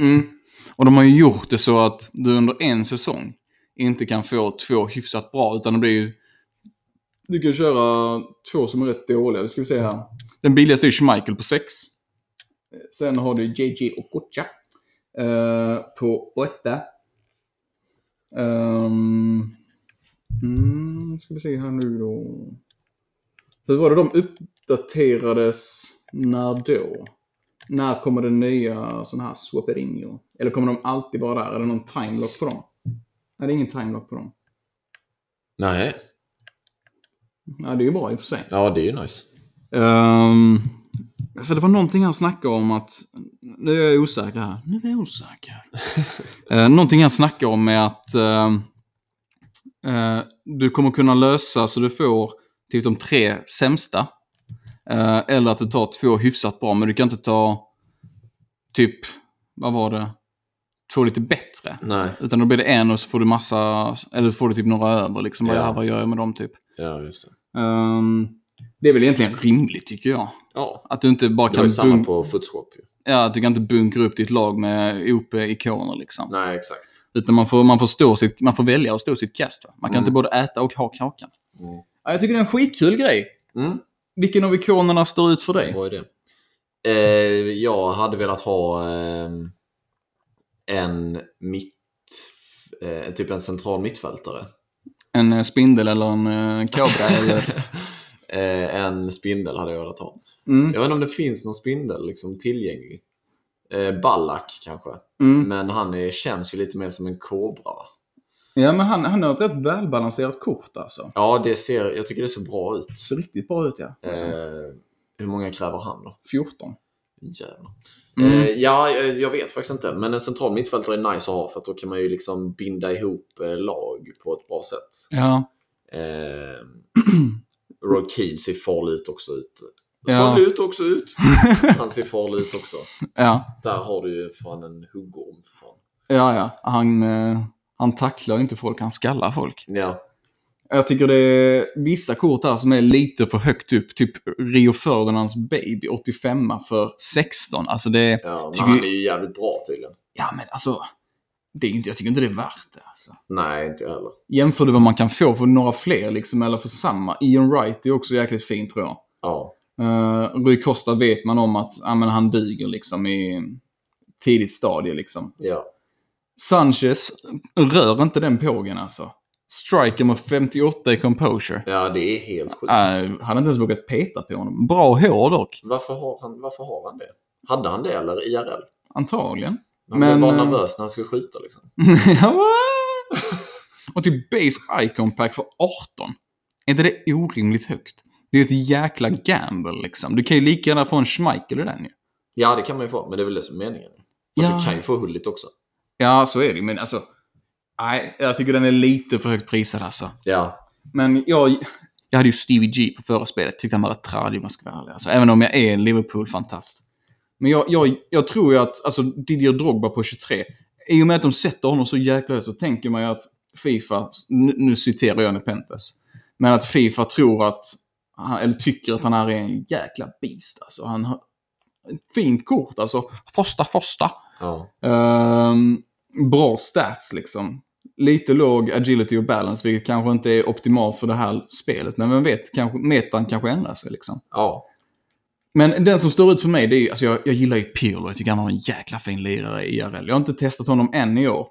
[SPEAKER 2] Mm. Och de har ju gjort det så att du under en säsong inte kan få två hyfsat bra, utan det blir ju... Du kan köra två som är rätt dåliga. Det ska vi se här. Den billigaste är Schmeichel på 6. Sen har du JJ Okocha eh, på 8. Um, mm, ska vi se här nu då. Hur var det de uppdaterades när då? När kommer det nya sån här Swaperinho? Eller kommer de alltid vara där? Är det någon timelock på dem? Nej, det är ingen timelock på dem.
[SPEAKER 3] Nej.
[SPEAKER 2] Nej, det är ju bra i och för sig.
[SPEAKER 3] Ja, det är ju nice.
[SPEAKER 2] Ehm, för det var någonting han snackade om att... Nu är jag osäker här. Nu är jag osäker. uh, någonting han snackade om är att ehm, eh, du kommer kunna lösa så du får typ de tre sämsta. Eh, eller att du tar två hyfsat bra, men du kan inte ta typ, vad var det? få lite bättre.
[SPEAKER 3] Nej.
[SPEAKER 2] Utan då blir det en och så får du massa, eller så får du typ några över liksom. Vad
[SPEAKER 3] Ja.
[SPEAKER 2] jävlar gör jag med dem typ?
[SPEAKER 3] Ja, just det.
[SPEAKER 2] Ehm, det är väl egentligen rimligt tycker jag.
[SPEAKER 3] Ja.
[SPEAKER 2] Att du inte bara
[SPEAKER 3] Det var
[SPEAKER 2] kan,
[SPEAKER 3] ju samma
[SPEAKER 2] bunk-
[SPEAKER 3] på Footswap ju.
[SPEAKER 2] ja, att du kan inte bunkra upp ditt lag med OP-ikoner liksom.
[SPEAKER 3] Nej, exakt.
[SPEAKER 2] Utan man får, man, får stå sitt, man får välja att stå sitt kast. Va? Man kan inte både äta och ha kakan.
[SPEAKER 3] Mm.
[SPEAKER 2] Ja, jag tycker det är en skitkul grej.
[SPEAKER 3] Mm.
[SPEAKER 2] Vilken av ikonerna står ut för dig?
[SPEAKER 3] Vad är det? Eh, jag hade velat ha eh, en mitt... Eh, typ en central mittfältare.
[SPEAKER 2] En eh, spindel eller en eh, kobra? <laughs> eller...
[SPEAKER 3] eh, en spindel hade jag velat ha.
[SPEAKER 2] Mm,
[SPEAKER 3] Jag vet inte om det finns någon spindel liksom, tillgänglig. Eh, Ballack kanske.
[SPEAKER 2] mm.
[SPEAKER 3] Men han är, känns ju lite mer som en kobra. va?
[SPEAKER 2] Ja, men han, han har ett rätt välbalanserat kort alltså.
[SPEAKER 3] Ja, det ser, jag tycker det ser bra ut.
[SPEAKER 2] Ser riktigt bra ut ja. Alltså,
[SPEAKER 3] Eh, hur många kräver han då?
[SPEAKER 2] 14.
[SPEAKER 3] Jävlar.
[SPEAKER 2] Mm.
[SPEAKER 3] Eh, ja, eh, jag vet faktiskt inte. Men en central mittfältare är nice att ha för att då kan man ju liksom binda ihop eh, lag på ett bra sätt.
[SPEAKER 2] Ja.
[SPEAKER 3] Eh, <clears throat> Roy Keane ser farlig ut också. Ut.
[SPEAKER 2] Ja.
[SPEAKER 3] Farlig ut också ut. <laughs> Han ser farlig ut också.
[SPEAKER 2] Ja,
[SPEAKER 3] Där har du ju fan en huggorm. För fan.
[SPEAKER 2] ja. ja. Han, eh, han tacklar inte folk, han skallar folk.
[SPEAKER 3] Ja,
[SPEAKER 2] Jag tycker det är vissa kort här som är lite för högt upp. Typ Rio Ferdinands Baby, 85 för 16. Alltså det är...
[SPEAKER 3] ja men
[SPEAKER 2] Tycker-
[SPEAKER 3] han är ju jävligt bra tydligen.
[SPEAKER 2] Ja, men alltså. Det är inte, jag tycker inte det är värt det. Alltså.
[SPEAKER 3] Nej, inte jag heller.
[SPEAKER 2] Jämför du vad man kan få för några fler, liksom, eller för samma. Ian Wright är också jäkligt fin, tror jag.
[SPEAKER 3] Ja,
[SPEAKER 2] Uh, Rui Costa vet man om att ja, men han dyger liksom i tidigt stadie. Liksom.
[SPEAKER 3] ja.
[SPEAKER 2] Sanchez, rör inte den pågen alltså. Striker med 58 i composure.
[SPEAKER 3] ja, det är helt sjukt.
[SPEAKER 2] Uh, hade inte ens vågat peta på honom. Bra hår dock,
[SPEAKER 3] Varför, har han, varför har han det? Hade han det eller IRL?
[SPEAKER 2] antagligen.
[SPEAKER 3] Han
[SPEAKER 2] Men,
[SPEAKER 3] blev bara
[SPEAKER 2] eh,
[SPEAKER 3] nervös när han skulle skjuta. Liksom.
[SPEAKER 2] <laughs> Ja, va? Och till Base Icon Pack för 18. Är inte det orimligt högt? Det är ett jäkla gamble liksom. Du kan ju lika gärna få en Schmeichel i den ju.
[SPEAKER 3] Ja, det kan man ju få, men det är väl det som är meningen. Att
[SPEAKER 2] Ja.
[SPEAKER 3] Du kan ju få hulligt också.
[SPEAKER 2] Ja, så är det ju, men alltså. Nej, jag tycker den är lite för högt prisad alltså.
[SPEAKER 3] Ja,
[SPEAKER 2] Men jag, jag hade ju Stevie G på förra spelet. Tyckte han var rätt tradig om jag ska vara ärlig. Alltså, även om jag är en Liverpool-fantast. Men jag, jag, jag tror ju att alltså, Didier Drogba på 23. I och med att de sätter honom så jäkla högt så tänker man ju att Fifa, nu, nu citerar jag Nepentes, men att Fifa tror att, han- eller tycker att han här är en jäkla beast. Alltså, han har ett fint kort alltså. Första, första.
[SPEAKER 3] ja,
[SPEAKER 2] Ehm, bra stats liksom. Lite låg agility och balance, vilket kanske inte är optimalt för det här spelet. Men vem vet, kanske, metan kanske ändrar sig liksom.
[SPEAKER 3] ja.
[SPEAKER 2] Men den som står ut för mig, det är ju- alltså jag, jag gillar ju Pirlo. Jag tycker han var en jäkla fin lirare i IRL. Jag har inte testat honom än i år.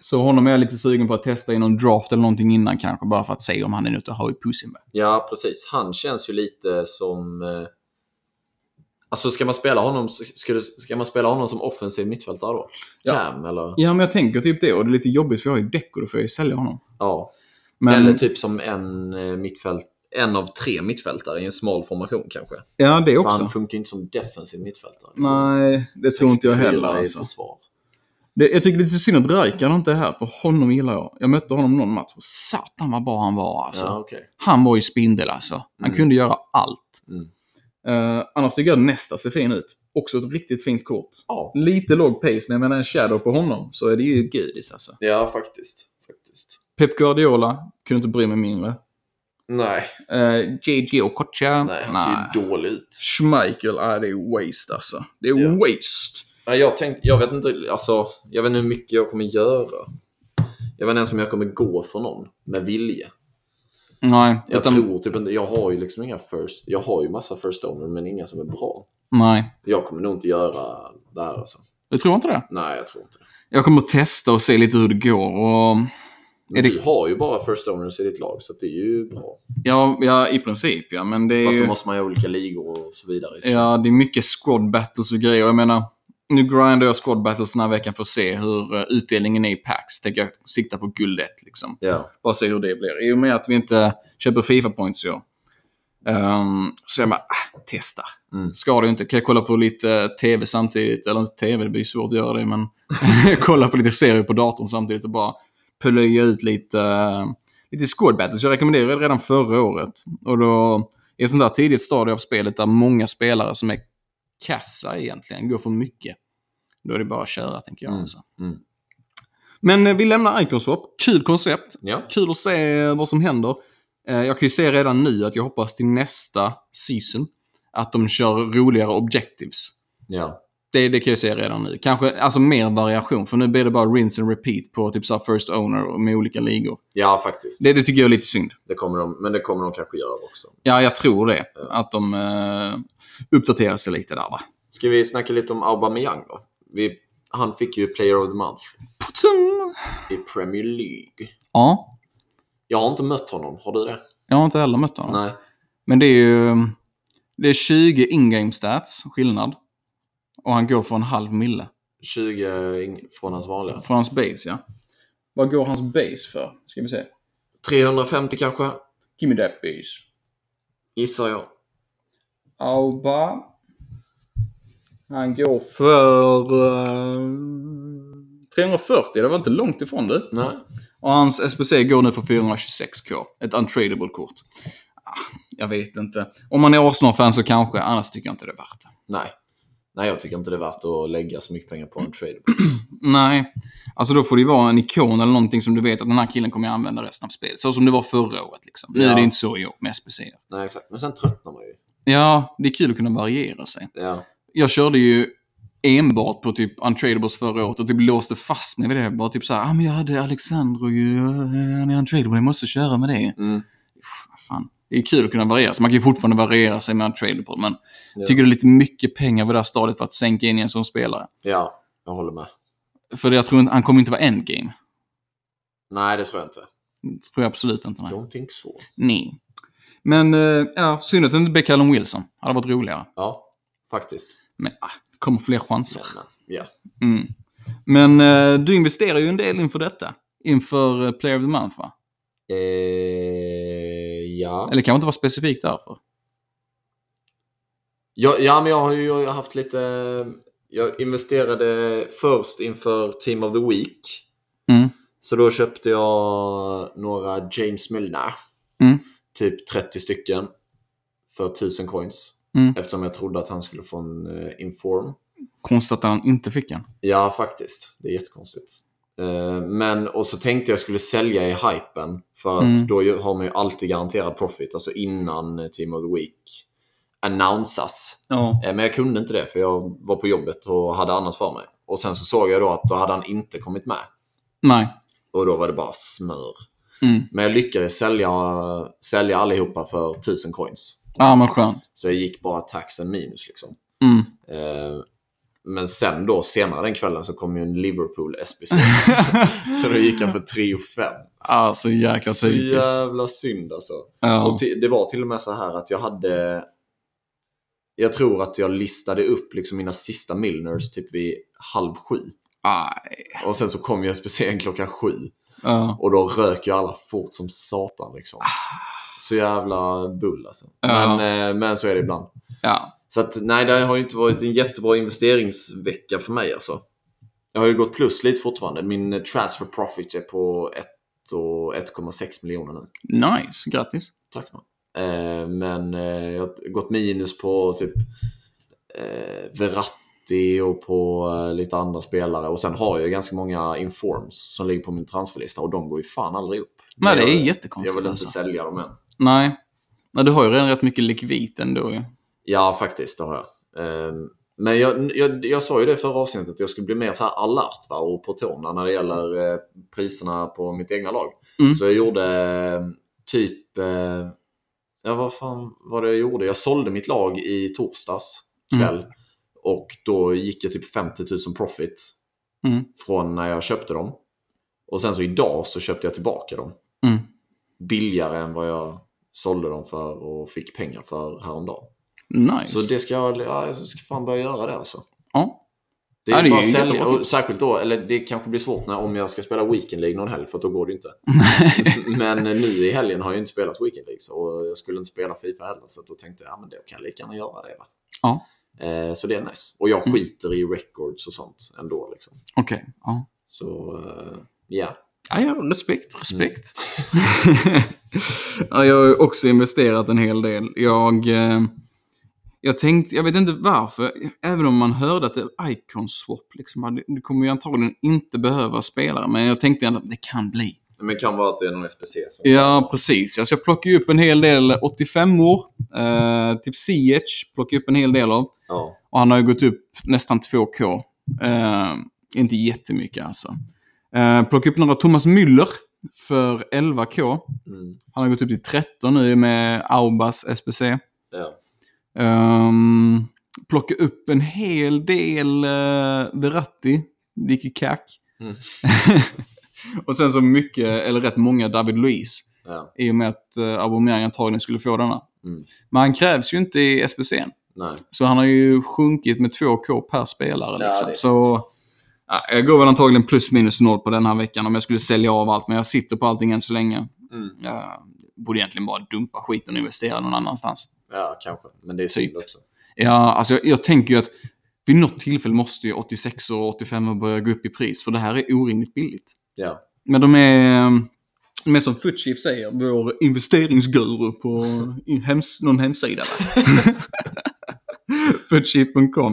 [SPEAKER 2] Så honom är jag lite sugen på att testa i någon draft eller någonting innan kanske, bara för att se om han är något att ha i pussen med.
[SPEAKER 3] ja, precis. Han känns ju lite som... eh, Alltså, ska man spela honom, ska du, ska man spela honom som offensiv mittfältare då?
[SPEAKER 2] Ja.
[SPEAKER 3] Cam eller?
[SPEAKER 2] Ja, men jag tänker typ det. Och det är lite jobbigt för jag har ju Deco, då får jag ju sälja honom.
[SPEAKER 3] Ja.
[SPEAKER 2] Men,
[SPEAKER 3] Eller typ som en eh, mittfält... En av tre mittfältare i en smal formation kanske.
[SPEAKER 2] ja, det
[SPEAKER 3] För
[SPEAKER 2] också.
[SPEAKER 3] han funkar ju inte som defensiv mittfältare.
[SPEAKER 2] Nej, det tror inte jag heller
[SPEAKER 3] 64 i
[SPEAKER 2] alltså.
[SPEAKER 3] försvar.
[SPEAKER 2] Det, jag tycker det är lite synd att Rijkaard inte är här, för honom gillar jag. Jag mötte honom någon match, och satan vad bra han var alltså.
[SPEAKER 3] Ja, okej.
[SPEAKER 2] Han var ju spindel alltså. Han
[SPEAKER 3] Mm.
[SPEAKER 2] kunde göra allt.
[SPEAKER 3] Mm.
[SPEAKER 2] Eh, annars tycker jag nästa ser fin ut. Också ett riktigt fint kort.
[SPEAKER 3] Ja.
[SPEAKER 2] Lite låg pace, men jag menar en shadow på honom så är det ju gudis alltså.
[SPEAKER 3] ja, faktiskt. faktiskt.
[SPEAKER 2] Pep Guardiola, kunde inte bry mig mindre.
[SPEAKER 3] Nej,
[SPEAKER 2] Uh, JJ Okocha,
[SPEAKER 3] nej han ser ju dålig ut.
[SPEAKER 2] Schmeichel, nej det är waste alltså. Det är
[SPEAKER 3] Ja.
[SPEAKER 2] waste.
[SPEAKER 3] Nej, jag, tänk, jag, vet inte, alltså, jag vet inte hur mycket jag kommer göra. Jag vet inte ens om jag kommer gå för någon med vilja.
[SPEAKER 2] Nej,
[SPEAKER 3] Jag
[SPEAKER 2] utan,
[SPEAKER 3] tror typ inte, jag har ju liksom inga first, jag har ju massa first owner men inga som är bra.
[SPEAKER 2] nej.
[SPEAKER 3] Jag kommer nog inte göra det här alltså.
[SPEAKER 2] Du tror inte det?
[SPEAKER 3] Nej, jag tror inte det.
[SPEAKER 2] Jag kommer att testa och se lite hur det går. Och Är
[SPEAKER 3] Men
[SPEAKER 2] det-
[SPEAKER 3] Du har ju bara first owners i ditt lag så att det är ju bra.
[SPEAKER 2] ja, ja, i princip ja. Men det är,
[SPEAKER 3] Fast då
[SPEAKER 2] ju,
[SPEAKER 3] måste man ju ha olika ligor och så vidare.
[SPEAKER 2] ja, det är mycket squad battles och grejer. Jag menar, nu grindar jag squad battles den här veckan för att se hur eh, utdelningen är i packs. Tänker jag sikta på guldet liksom.
[SPEAKER 3] Ja.
[SPEAKER 2] Bara se hur det blir. I och med att vi inte köper Fifa points i år. ehm, så jag bara, ah, testa.
[SPEAKER 3] Mm.
[SPEAKER 2] Ska det ju inte. Kan jag kolla på lite TV samtidigt? Eller inte TV, det blir svårt att göra det. Men <laughs> kolla på lite serier på datorn samtidigt och bara plöja ut lite, eh, lite squad battles. Jag rekommenderade det redan förra året. Och då, i ett sånt där tidigt stadie av spelet där många spelare som är kassa egentligen går för mycket. Då är det bara att köra, tänker jag.
[SPEAKER 3] Mm,
[SPEAKER 2] Alltså.
[SPEAKER 3] mm.
[SPEAKER 2] Men eh, vi lämnar Iconswap. Kul koncept.
[SPEAKER 3] Ja.
[SPEAKER 2] Kul att se eh, vad som händer. Eh, Jag kan ju säga redan nu att jag hoppas till nästa season att de kör roligare objectives.
[SPEAKER 3] Ja.
[SPEAKER 2] Det, det kan jag säga redan nu. Kanske alltså mer variation, för nu blir det bara rinse and repeat på typ så här first owner och med olika ligor.
[SPEAKER 3] ja, faktiskt.
[SPEAKER 2] Det, det tycker jag är lite synd.
[SPEAKER 3] Det kommer de, men det kommer de kanske göra också.
[SPEAKER 2] Ja, jag tror det. Att de eh, uppdaterar sig lite där, va?
[SPEAKER 3] Ska vi snacka lite om Aubameyang då? Vi, han fick ju Player of the Month
[SPEAKER 2] Putin!
[SPEAKER 3] i Premier League.
[SPEAKER 2] Ja,
[SPEAKER 3] Jag har inte mött honom, har du det?
[SPEAKER 2] jag har inte heller mött honom.
[SPEAKER 3] Nej.
[SPEAKER 2] Men det är ju... Det är 20 in-game stats skillnad. Och han går för en halv mille.
[SPEAKER 3] 20 in- från hans vanliga.
[SPEAKER 2] Från hans base, ja. Vad går hans base för? Ska vi se.
[SPEAKER 3] 350 kanske,
[SPEAKER 2] Give me that base.
[SPEAKER 3] gissar jag.
[SPEAKER 2] Auba. Han går för... eh, 340, det var inte långt ifrån du.
[SPEAKER 3] Nej.
[SPEAKER 2] Och hans SPC går nu för 426k. Ett untradable kort. Ah, Jag vet inte. Om man är Arsenal-fan så kanske, annars tycker jag inte det är värt det.
[SPEAKER 3] Nej. Nej, jag tycker inte det är värt att lägga så mycket pengar på en trade.
[SPEAKER 2] Nej. Alltså då får det ju vara en ikon eller någonting som du vet att den här killen kommer jag använda resten av spelet. Så som det var förra året liksom. Nu är det
[SPEAKER 3] Ja.
[SPEAKER 2] inte så i år med SPC.
[SPEAKER 3] Nej, exakt. Men sen tröttnar man ju.
[SPEAKER 2] Ja, det är kul att kunna variera sig.
[SPEAKER 3] Ja.
[SPEAKER 2] Jag körde ju enbart på typ untradables förra året och typ låste fast mig vid det. Bara typ såhär, ah, men jag hade Alexandro ju, eh, han är untradable, jag måste köra med det.
[SPEAKER 3] Mm.
[SPEAKER 2] Pff, vad Fan. Det är kul att kunna variera sig. Man kan ju fortfarande variera sig med untradable, men
[SPEAKER 3] Ja.
[SPEAKER 2] tycker det är lite mycket pengar vid det här stadiet för att sänka in i en sån spelare.
[SPEAKER 3] ja, jag håller med.
[SPEAKER 2] För jag tror inte, han kommer inte vara endgame.
[SPEAKER 3] Nej, det tror jag inte.
[SPEAKER 2] Det tror jag absolut inte. Nej.
[SPEAKER 3] Don't think so.
[SPEAKER 2] Nej. Men eh, ja, synd att det inte blev Callum Wilson. Hade varit roligare.
[SPEAKER 3] Ja, faktiskt.
[SPEAKER 2] Men ah, det kommer fler chanser.
[SPEAKER 3] Men, ja.
[SPEAKER 2] Mm. Men eh, du investerar ju en del inför detta. Inför eh, Player of the Month va?
[SPEAKER 3] Eh, ja.
[SPEAKER 2] Eller kan inte vara specifikt därför?
[SPEAKER 3] ja. Ja, men jag har ju jag har ju haft lite... Jag investerade först inför Team of the Week.
[SPEAKER 2] Mm.
[SPEAKER 3] Så då köpte jag några James Milner.
[SPEAKER 2] Mm.
[SPEAKER 3] Typ 30 stycken. För 1000 coins.
[SPEAKER 2] Mm.
[SPEAKER 3] Eftersom jag trodde att han skulle få en eh, inform.
[SPEAKER 2] Konstigt att han inte fick en.
[SPEAKER 3] Ja, faktiskt. Det är jättekonstigt. Eh, Men, och så tänkte jag skulle sälja i hypen. För att
[SPEAKER 2] Mm.
[SPEAKER 3] då ju- har man ju alltid garanterad profit. Alltså innan eh, Team of the Week annonsas.
[SPEAKER 2] Ja.
[SPEAKER 3] Eh, Men jag kunde inte det för jag var på jobbet och hade annat för mig. Och sen så såg jag då att då hade han inte kommit med.
[SPEAKER 2] Nej.
[SPEAKER 3] Och då var det bara smör.
[SPEAKER 2] Mm.
[SPEAKER 3] Men jag lyckades sälja, sälja allihopa för 1000 coins.
[SPEAKER 2] Ja, men skönt.
[SPEAKER 3] Så jag gick bara taxen minus liksom.
[SPEAKER 2] Mm.
[SPEAKER 3] Eh, Men sen då senare den kvällen så kom ju en Liverpool
[SPEAKER 2] <laughs>
[SPEAKER 3] SBC. så då gick han för 3 och 5.
[SPEAKER 2] Ah, så jäkla
[SPEAKER 3] Så
[SPEAKER 2] typiskt.
[SPEAKER 3] jävla synd alltså.
[SPEAKER 2] Ja.
[SPEAKER 3] Och ti- det var till och med så här att jag hade... Jag tror att jag listade upp liksom mina sista Milners typ vid halv sju.
[SPEAKER 2] Aj.
[SPEAKER 3] Och sen så kom ju SBC klockan sju.
[SPEAKER 2] Ah, Ja.
[SPEAKER 3] Och då rök ju alla fort som satan liksom. Så jävla bull alltså.
[SPEAKER 2] Ja.
[SPEAKER 3] Men, eh, men så är det ibland.
[SPEAKER 2] Ja.
[SPEAKER 3] Så att, nej, det har ju inte varit en jättebra investeringsvecka för mig alltså. Jag har ju gått plus lite fortfarande. Min eh, transfer profit är på ett och 1,6 miljoner nu.
[SPEAKER 2] Nice. Grattis.
[SPEAKER 3] Tack man. Eh, men eh, jag har gått minus på typ eh, Verratti och på eh, lite andra spelare. Och sen har jag ju ganska många informs som ligger på min transferlista och de går ju fan aldrig upp.
[SPEAKER 2] Nej, det är
[SPEAKER 3] jag, jag
[SPEAKER 2] jättekonstigt
[SPEAKER 3] vill inte
[SPEAKER 2] alltså.
[SPEAKER 3] sälja dem än.
[SPEAKER 2] Nej. Nej, du har ju redan rätt mycket likvit ändå ju.
[SPEAKER 3] Ja, faktiskt, det har jag. Ehm, Men jag, jag, jag sa ju det i förra avsnittet, att jag skulle bli mer så här alert va, och på tårna när det gäller eh, priserna på mitt egna lag.
[SPEAKER 2] Mm.
[SPEAKER 3] Så jag gjorde eh, typ... eh, Ja, vad fan var det jag gjorde? Jag sålde mitt lag i torsdags kväll och då gick jag typ 50 000 profit
[SPEAKER 2] Mm.
[SPEAKER 3] från när jag köpte dem. Och sen så idag så köpte jag tillbaka dem
[SPEAKER 2] Mm.
[SPEAKER 3] billigare än vad jag sålde dem för och fick pengar för häromdagen.
[SPEAKER 2] Nice.
[SPEAKER 3] Så det ska jag, ja, jag ska fan börja göra det alltså.
[SPEAKER 2] Ja.
[SPEAKER 3] Det är,
[SPEAKER 2] Ja, det är
[SPEAKER 3] bara
[SPEAKER 2] ju
[SPEAKER 3] att sälja,
[SPEAKER 2] jättebra
[SPEAKER 3] och särskilt då, eller det kanske blir svårt när, om jag ska spela Weekend League någon helg, för att då går det
[SPEAKER 2] <laughs>
[SPEAKER 3] ju inte. men eh, nu i helgen har jag ju inte spelat Weekend League, så, och jag skulle inte spela Fifa heller, så att då tänkte jag, ja men då kan jag lika gärna göra det. Va?
[SPEAKER 2] Ja.
[SPEAKER 3] Eh, så det är nice. Och
[SPEAKER 2] Mm.
[SPEAKER 3] jag skiter i records och sånt ändå. Liksom.
[SPEAKER 2] Okej. Ja.
[SPEAKER 3] Så, eh, ja.
[SPEAKER 2] Ja, ja, respekt, respekt. Mm. <laughs> ja, jag har ju också investerat en hel del. Jag, eh, Jag tänkte, jag vet inte varför, även om man hörde att det är icon swap, liksom, det kommer ju antagligen inte behöva spelare, men jag tänkte ändå att det kan bli.
[SPEAKER 3] Men det kan vara att det är någon SPC som...
[SPEAKER 2] Ja, precis. Alltså jag plockade upp en hel del 85-or. Eh, typ Ziyech plockade jag upp en hel del av.
[SPEAKER 3] Ja.
[SPEAKER 2] Och han har ju gått upp nästan 2K. Eh, inte jättemycket alltså. Eh, plockade upp några Thomas Müller för 11K.
[SPEAKER 3] Mm.
[SPEAKER 2] Han har gått upp till 13 nu med Aubas SPC.
[SPEAKER 3] ja.
[SPEAKER 2] Um, plocka upp en hel del uh, Verratti, Dicky Kack.
[SPEAKER 3] Mm.
[SPEAKER 2] <laughs> och sen så mycket, eller rätt många David Luiz.
[SPEAKER 3] ja.
[SPEAKER 2] I och med att uh, Aubameyang antagligen skulle få denna.
[SPEAKER 3] Mm.
[SPEAKER 2] Men han krävs ju inte i SBC'n.
[SPEAKER 3] Nej.
[SPEAKER 2] Så han har ju sjunkit med 2K per spelare.
[SPEAKER 3] Ja,
[SPEAKER 2] Liksom.
[SPEAKER 3] det är
[SPEAKER 2] så, ja, jag går väl antagligen plus minus noll på den här veckan om jag skulle sälja av allt. Men jag sitter på allting än så länge.
[SPEAKER 3] Mm.
[SPEAKER 2] Jag borde egentligen bara dumpa skiten och investera någon annanstans.
[SPEAKER 3] Ja, kanske. Men det är synd
[SPEAKER 2] Typ.
[SPEAKER 3] också.
[SPEAKER 2] Ja, alltså jag, jag tänker ju att vid något tillfälle måste ju 86 och 85 börja gå upp i pris, för det här är orimligt billigt.
[SPEAKER 3] Ja.
[SPEAKER 2] Men de är, de är som Futchief säger, vår investeringsguru på i hems, någon hemsida. va? <laughs> Futchief.com.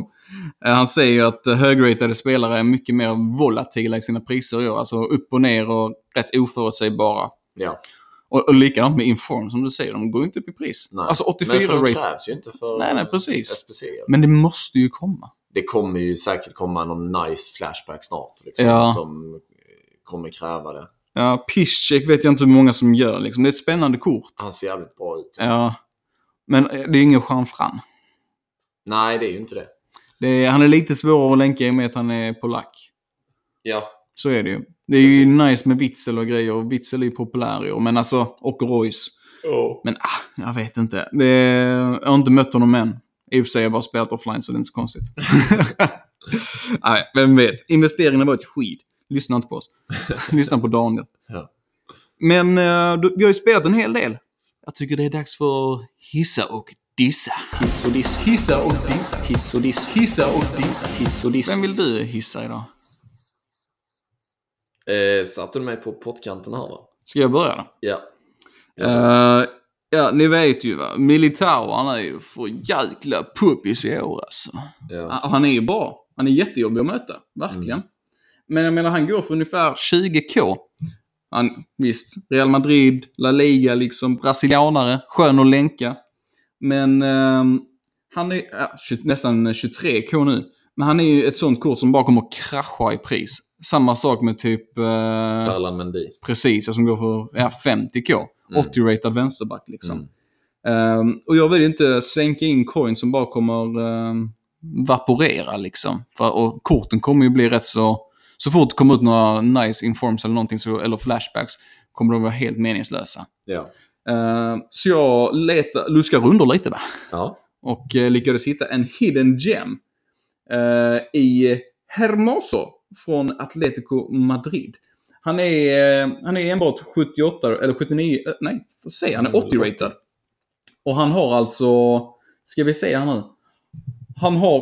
[SPEAKER 2] Eh, Han säger ju att eh, högratade spelare är mycket mer volatila i sina priser i år. Alltså upp och ner och rätt oförutsägbara.
[SPEAKER 3] Ja.
[SPEAKER 2] Och, och likadant med Inform som du säger, de går ju inte upp i pris.
[SPEAKER 3] Nej.
[SPEAKER 2] Alltså 84
[SPEAKER 3] Men för de
[SPEAKER 2] rate.
[SPEAKER 3] krävs ju inte för
[SPEAKER 2] Nej, nej, precis.
[SPEAKER 3] SPC.
[SPEAKER 2] Men det måste ju komma.
[SPEAKER 3] Det kommer ju säkert komma någon nice flashback snart. Liksom,
[SPEAKER 2] Ja.
[SPEAKER 3] Som kommer kräva det.
[SPEAKER 2] Ja, Piszczek vet jag inte hur många som gör. Liksom. Det är ett spännande kort.
[SPEAKER 3] Han ser jävligt bra ut.
[SPEAKER 2] Ja. Men eh, det är ingen Jean Fran.
[SPEAKER 3] Nej, det är ju inte det.
[SPEAKER 2] Det är, han är lite svårare att länka i och med att han är polack.
[SPEAKER 3] Ja.
[SPEAKER 2] Så är det ju. Det är ju
[SPEAKER 3] Precis.
[SPEAKER 2] nice med Witzel och grejer. Och Witzel är ju populär i år. Men alltså, och Royce.
[SPEAKER 3] Oh.
[SPEAKER 2] Men ah, jag vet inte. Det är, jag har inte mött honom än. I och för sig har jag bara spelat offline så det är inte så <laughs> konstigt. Nej, vem vet. Investeringarna var ett skit. Lyssna inte på <laughs> oss. Lyssna på Daniel.
[SPEAKER 3] Ja.
[SPEAKER 2] Men eh, du, vi har ju spelat en hel del. Jag tycker det är dags för hissa och dissa. Hiss och diss. Hissa och diss. Hiss och diss. Hissa och diss. Hiss och diss. Vem vill du hissa idag?
[SPEAKER 3] Eh, satte du mig på pottkanten här va?
[SPEAKER 2] Ska jag börja då?
[SPEAKER 3] Ja.
[SPEAKER 2] Eh, ja, ni vet ju va. Militao, han är ju för jäkla puppis i år alltså.
[SPEAKER 3] ja.
[SPEAKER 2] Ah, Han är ju bra. Han är jättejobbig att möta. Verkligen. Men jag menar, han går för ungefär 20k. Han, visst, Real Madrid, La Liga, liksom brasilianare. Skön att länka. Men ehm, han är ja, tju- nästan 23k nu. Men han är ju ett sånt kort som bara kommer att krascha i pris. Samma sak med typ... eh,
[SPEAKER 3] Ferland Mendy.
[SPEAKER 2] precis, som går för ja, 50k. 80-ratad vänsterback liksom.
[SPEAKER 3] Mm.
[SPEAKER 2] Ehm, och jag vill ju inte sänka in coin som bara kommer ehm, vaporera liksom. För, och korten kommer ju bli rätt så... Så fort det kommer ut några nice informs eller någonting, så, eller flashbacks, kommer de vara helt meningslösa.
[SPEAKER 3] Ja.
[SPEAKER 2] Ehm, så jag letar, luskar runder lite va.
[SPEAKER 3] Ja.
[SPEAKER 2] Och eh, lyckades hitta en hidden gem eh, i Hermoso från Atletico Madrid. Han är, eh, han är enbart 78, eller 79, eh, nej, vad säger han? Han är 80-ratad. Och han har alltså, ska vi se här nu. Han har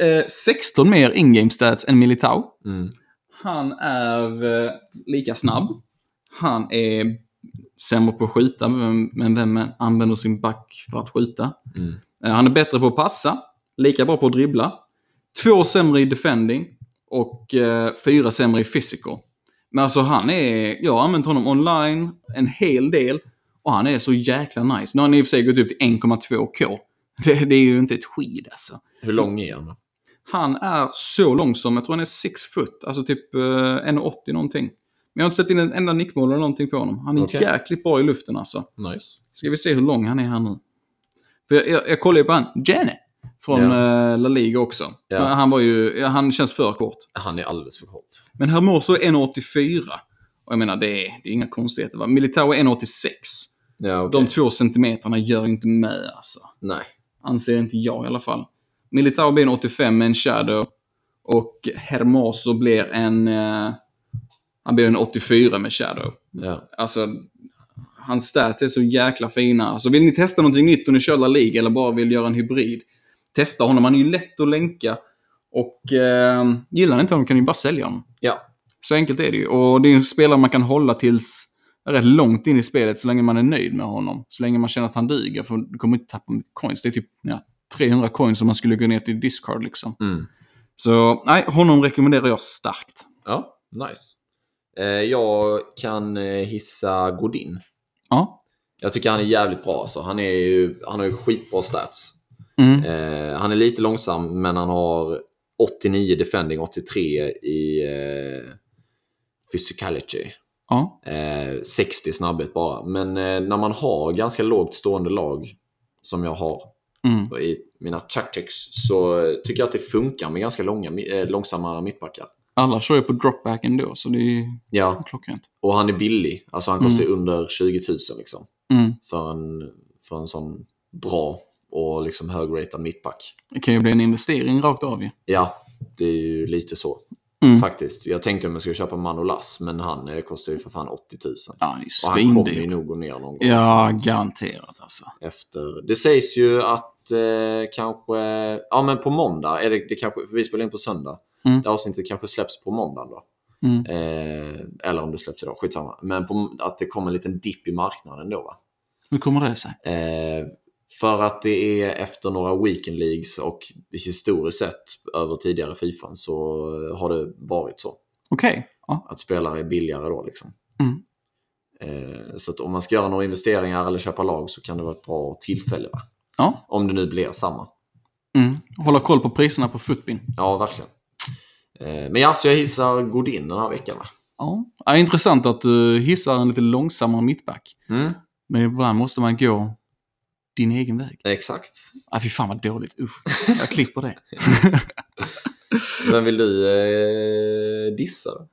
[SPEAKER 2] eh, 16 mer in-game stats än Militao.
[SPEAKER 3] Mm.
[SPEAKER 2] Han är eh, lika snabb. Han är sämre på att skjuta, men men vem än använder sin back för att skjuta?
[SPEAKER 3] Mm.
[SPEAKER 2] Eh, han är bättre på att passa, lika bra på att dribbla. Två sämre i defending och eh, fyra sämre i physical. Men alltså han är, jag har använt honom online en hel del och han är så jäkla nice. Nu har han i och för sig gått upp till 1,2k. <laughs> Det, det är ju inte ett skid alltså.
[SPEAKER 3] Hur lång är han?
[SPEAKER 2] Han är så lång som, jag tror han är 6 foot, alltså typ eh, 1,80 någonting. Men jag har inte sett in en enda nickmål eller någonting på honom. Han är
[SPEAKER 3] Okej.
[SPEAKER 2] jäkligt bra i luften alltså.
[SPEAKER 3] Nice.
[SPEAKER 2] Ska vi se hur lång han är här nu. För jag, jag, jag kollar ju på han, Jenny, från eh, La Liga också.
[SPEAKER 3] Ja.
[SPEAKER 2] Men han var ju, ja, han känns för kort.
[SPEAKER 3] Han är alldeles för kort.
[SPEAKER 2] Men Hermoso är 1,84. Och jag menar, det är, det är inga konstigheter va. Militao är 1,86.
[SPEAKER 3] Ja,
[SPEAKER 2] De två centimeterna gör inte med alltså.
[SPEAKER 3] Nej.
[SPEAKER 2] Anser inte jag i alla fall. Militao blir en 85 med en Shadow. Och Hermoso blir en... Eh, han blir en 84 med Shadow.
[SPEAKER 3] Ja.
[SPEAKER 2] Alltså, hans stats är så jäkla fina. Alltså, vill ni testa någonting nytt och ni kör La Liga eller bara vill göra en hybrid? Testa honom. Han är ju lätt att länka. Och eh, gillar ni inte honom kan ni bara sälja honom.
[SPEAKER 3] Ja.
[SPEAKER 2] Så enkelt är det ju. Och det är en spelare man kan hålla tills rätt långt in i spelet så länge man är nöjd med honom. Så länge man känner att han duger. För du kommer inte tappa mycket coins. Det är typ ja, 300 coins som man skulle gå ner till discard liksom.
[SPEAKER 3] Mm.
[SPEAKER 2] Så nej, honom rekommenderar jag starkt.
[SPEAKER 3] Ja, nice. Eh, jag kan eh, hissa Godin.
[SPEAKER 2] Ja.
[SPEAKER 3] Jag tycker han är jävligt bra. Alltså. Han, är ju, han har ju skitbra stats.
[SPEAKER 2] Mm.
[SPEAKER 3] Eh, han är lite långsam, men han har 89 defending, 83 i eh, physicality.
[SPEAKER 2] Ja.
[SPEAKER 3] Eh, 60 snabbhet bara. Men eh, när man har ganska lågt stående lag, som jag har
[SPEAKER 2] Mm.
[SPEAKER 3] i mina tactics, så eh, tycker jag att det funkar med ganska långa, mi- eh, långsamma mittbackar.
[SPEAKER 2] Alla kör ju på dropback ändå, så det är ju
[SPEAKER 3] Ja,
[SPEAKER 2] klockrent.
[SPEAKER 3] och han är billig. Alltså han kostar ju under 20 000 liksom.
[SPEAKER 2] Mm.
[SPEAKER 3] För en, för en sån bra och liksom högratad mittback.
[SPEAKER 2] Det kan ju bli en investering rakt av ju.
[SPEAKER 3] Ja, det är ju lite så.
[SPEAKER 2] Mm.
[SPEAKER 3] Faktiskt. Jag tänkte om jag skulle köpa Manolas, men han eh, kostar ju för fan 80 000.
[SPEAKER 2] Ja, det är ju
[SPEAKER 3] och han kommer ju
[SPEAKER 2] svindyrt.
[SPEAKER 3] nog gå ner någon gång.
[SPEAKER 2] Ja, garanterat alltså.
[SPEAKER 3] Efter. Det sägs ju att eh, kanske, ja men på måndag, är det, det kanske, för vi spelar in på söndag.
[SPEAKER 2] Mm.
[SPEAKER 3] Det avsnittet kanske släpps på måndag då.
[SPEAKER 2] Mm.
[SPEAKER 3] Eh, eller om det släpps idag, skitsamma. Men på, att det kommer en liten dipp i marknaden då va?
[SPEAKER 2] Hur kommer det sig?
[SPEAKER 3] Eh, för att det är efter några weekend leagues och historiskt sett över tidigare Fifan så har det varit så.
[SPEAKER 2] Okej. Ja.
[SPEAKER 3] Att spelare är billigare då liksom.
[SPEAKER 2] Mm.
[SPEAKER 3] Eh, så att om man ska göra några investeringar eller köpa lag så kan det vara ett bra tillfälle. Va?
[SPEAKER 2] ja.
[SPEAKER 3] Om det nu blir samma.
[SPEAKER 2] Mm. Hålla koll på priserna på Footbin.
[SPEAKER 3] Ja, verkligen. Eh, men ja, så jag hissar Godin den här veckan va?
[SPEAKER 2] Ja. ja. Intressant att du hissar en lite långsammare mittback.
[SPEAKER 3] Mm,
[SPEAKER 2] Men ibland måste man gå din egen väg.
[SPEAKER 3] exakt.
[SPEAKER 2] Ah, fy fan vad dåligt. Usch. Jag klipper det.
[SPEAKER 3] Vem vill du eh, dissa? då?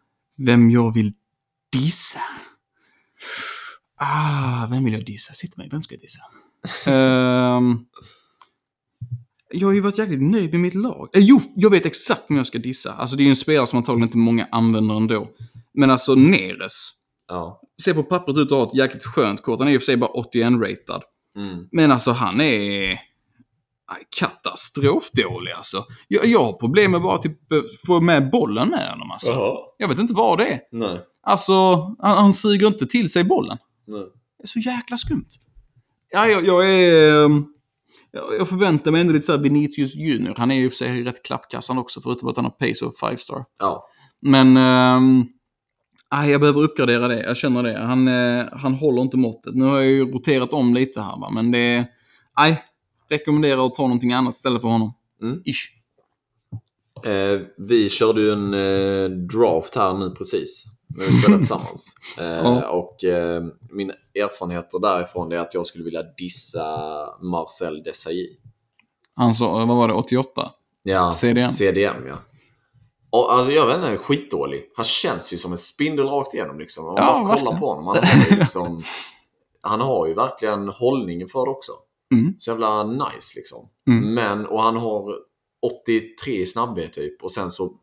[SPEAKER 2] Vem jag vill dissa? Ah, vem vill jag dissa? Sitt mig. Vem ska jag dissa? Ehm, jag har ju varit jäkligt nöjd med mitt lag. Eh, jo, jag vet exakt vem jag ska dissa. Alltså det är ju en spelare som antagligen inte många använder ändå. Men alltså Neres.
[SPEAKER 3] Ja.
[SPEAKER 2] Ser på pappret ut att ha ett jäkligt skönt kort. Han är i och för sig bara 81-ratad.
[SPEAKER 3] Mm.
[SPEAKER 2] Men alltså han är aj, katastrofdålig alltså. Jag, jag har problem med bara typ eh, få med bollen med honom alltså.
[SPEAKER 3] Jaha.
[SPEAKER 2] Jag vet inte vad det är.
[SPEAKER 3] Nej.
[SPEAKER 2] Alltså, han, han suger inte till sig bollen.
[SPEAKER 3] Nej.
[SPEAKER 2] Det är så jäkla skumt. Ja, jag, jag är... ehm, Jag, jag förväntar mig ändå lite såhär Vinicius Junior. Han är ju i och för sig rätt klappkassan också, förutom att han har pace och five star.
[SPEAKER 3] Ja.
[SPEAKER 2] Men... ehm, aj, jag behöver uppgradera det, jag känner det. Han, eh, han håller inte måttet. Nu har jag ju roterat om lite här va, men det... Nej, rekommenderar att ta någonting annat istället för honom.
[SPEAKER 3] Mm.
[SPEAKER 2] Ish.
[SPEAKER 3] Eh, vi körde ju en eh, draft här nu precis. När vi spelade tillsammans. Eh,
[SPEAKER 2] Ja.
[SPEAKER 3] Och eh, min erfarenheter därifrån är att jag skulle vilja dissa Marcel Desailly.
[SPEAKER 2] Han sa, eh, vad var det, 88?
[SPEAKER 3] Ja,
[SPEAKER 2] CDM.
[SPEAKER 3] CDM ja. Och, alltså, jag vet inte, han är skitdålig. Han känns ju som en spindel rakt igenom. Liksom. Om man
[SPEAKER 2] Ja,
[SPEAKER 3] bara kollar
[SPEAKER 2] verkligen.
[SPEAKER 3] på honom. Han har, ju liksom, han har ju verkligen hållningen för det också.
[SPEAKER 2] Mm.
[SPEAKER 3] Så jävla nice liksom.
[SPEAKER 2] Mm.
[SPEAKER 3] Men, och han har 83 i snabbhet typ. Och sen så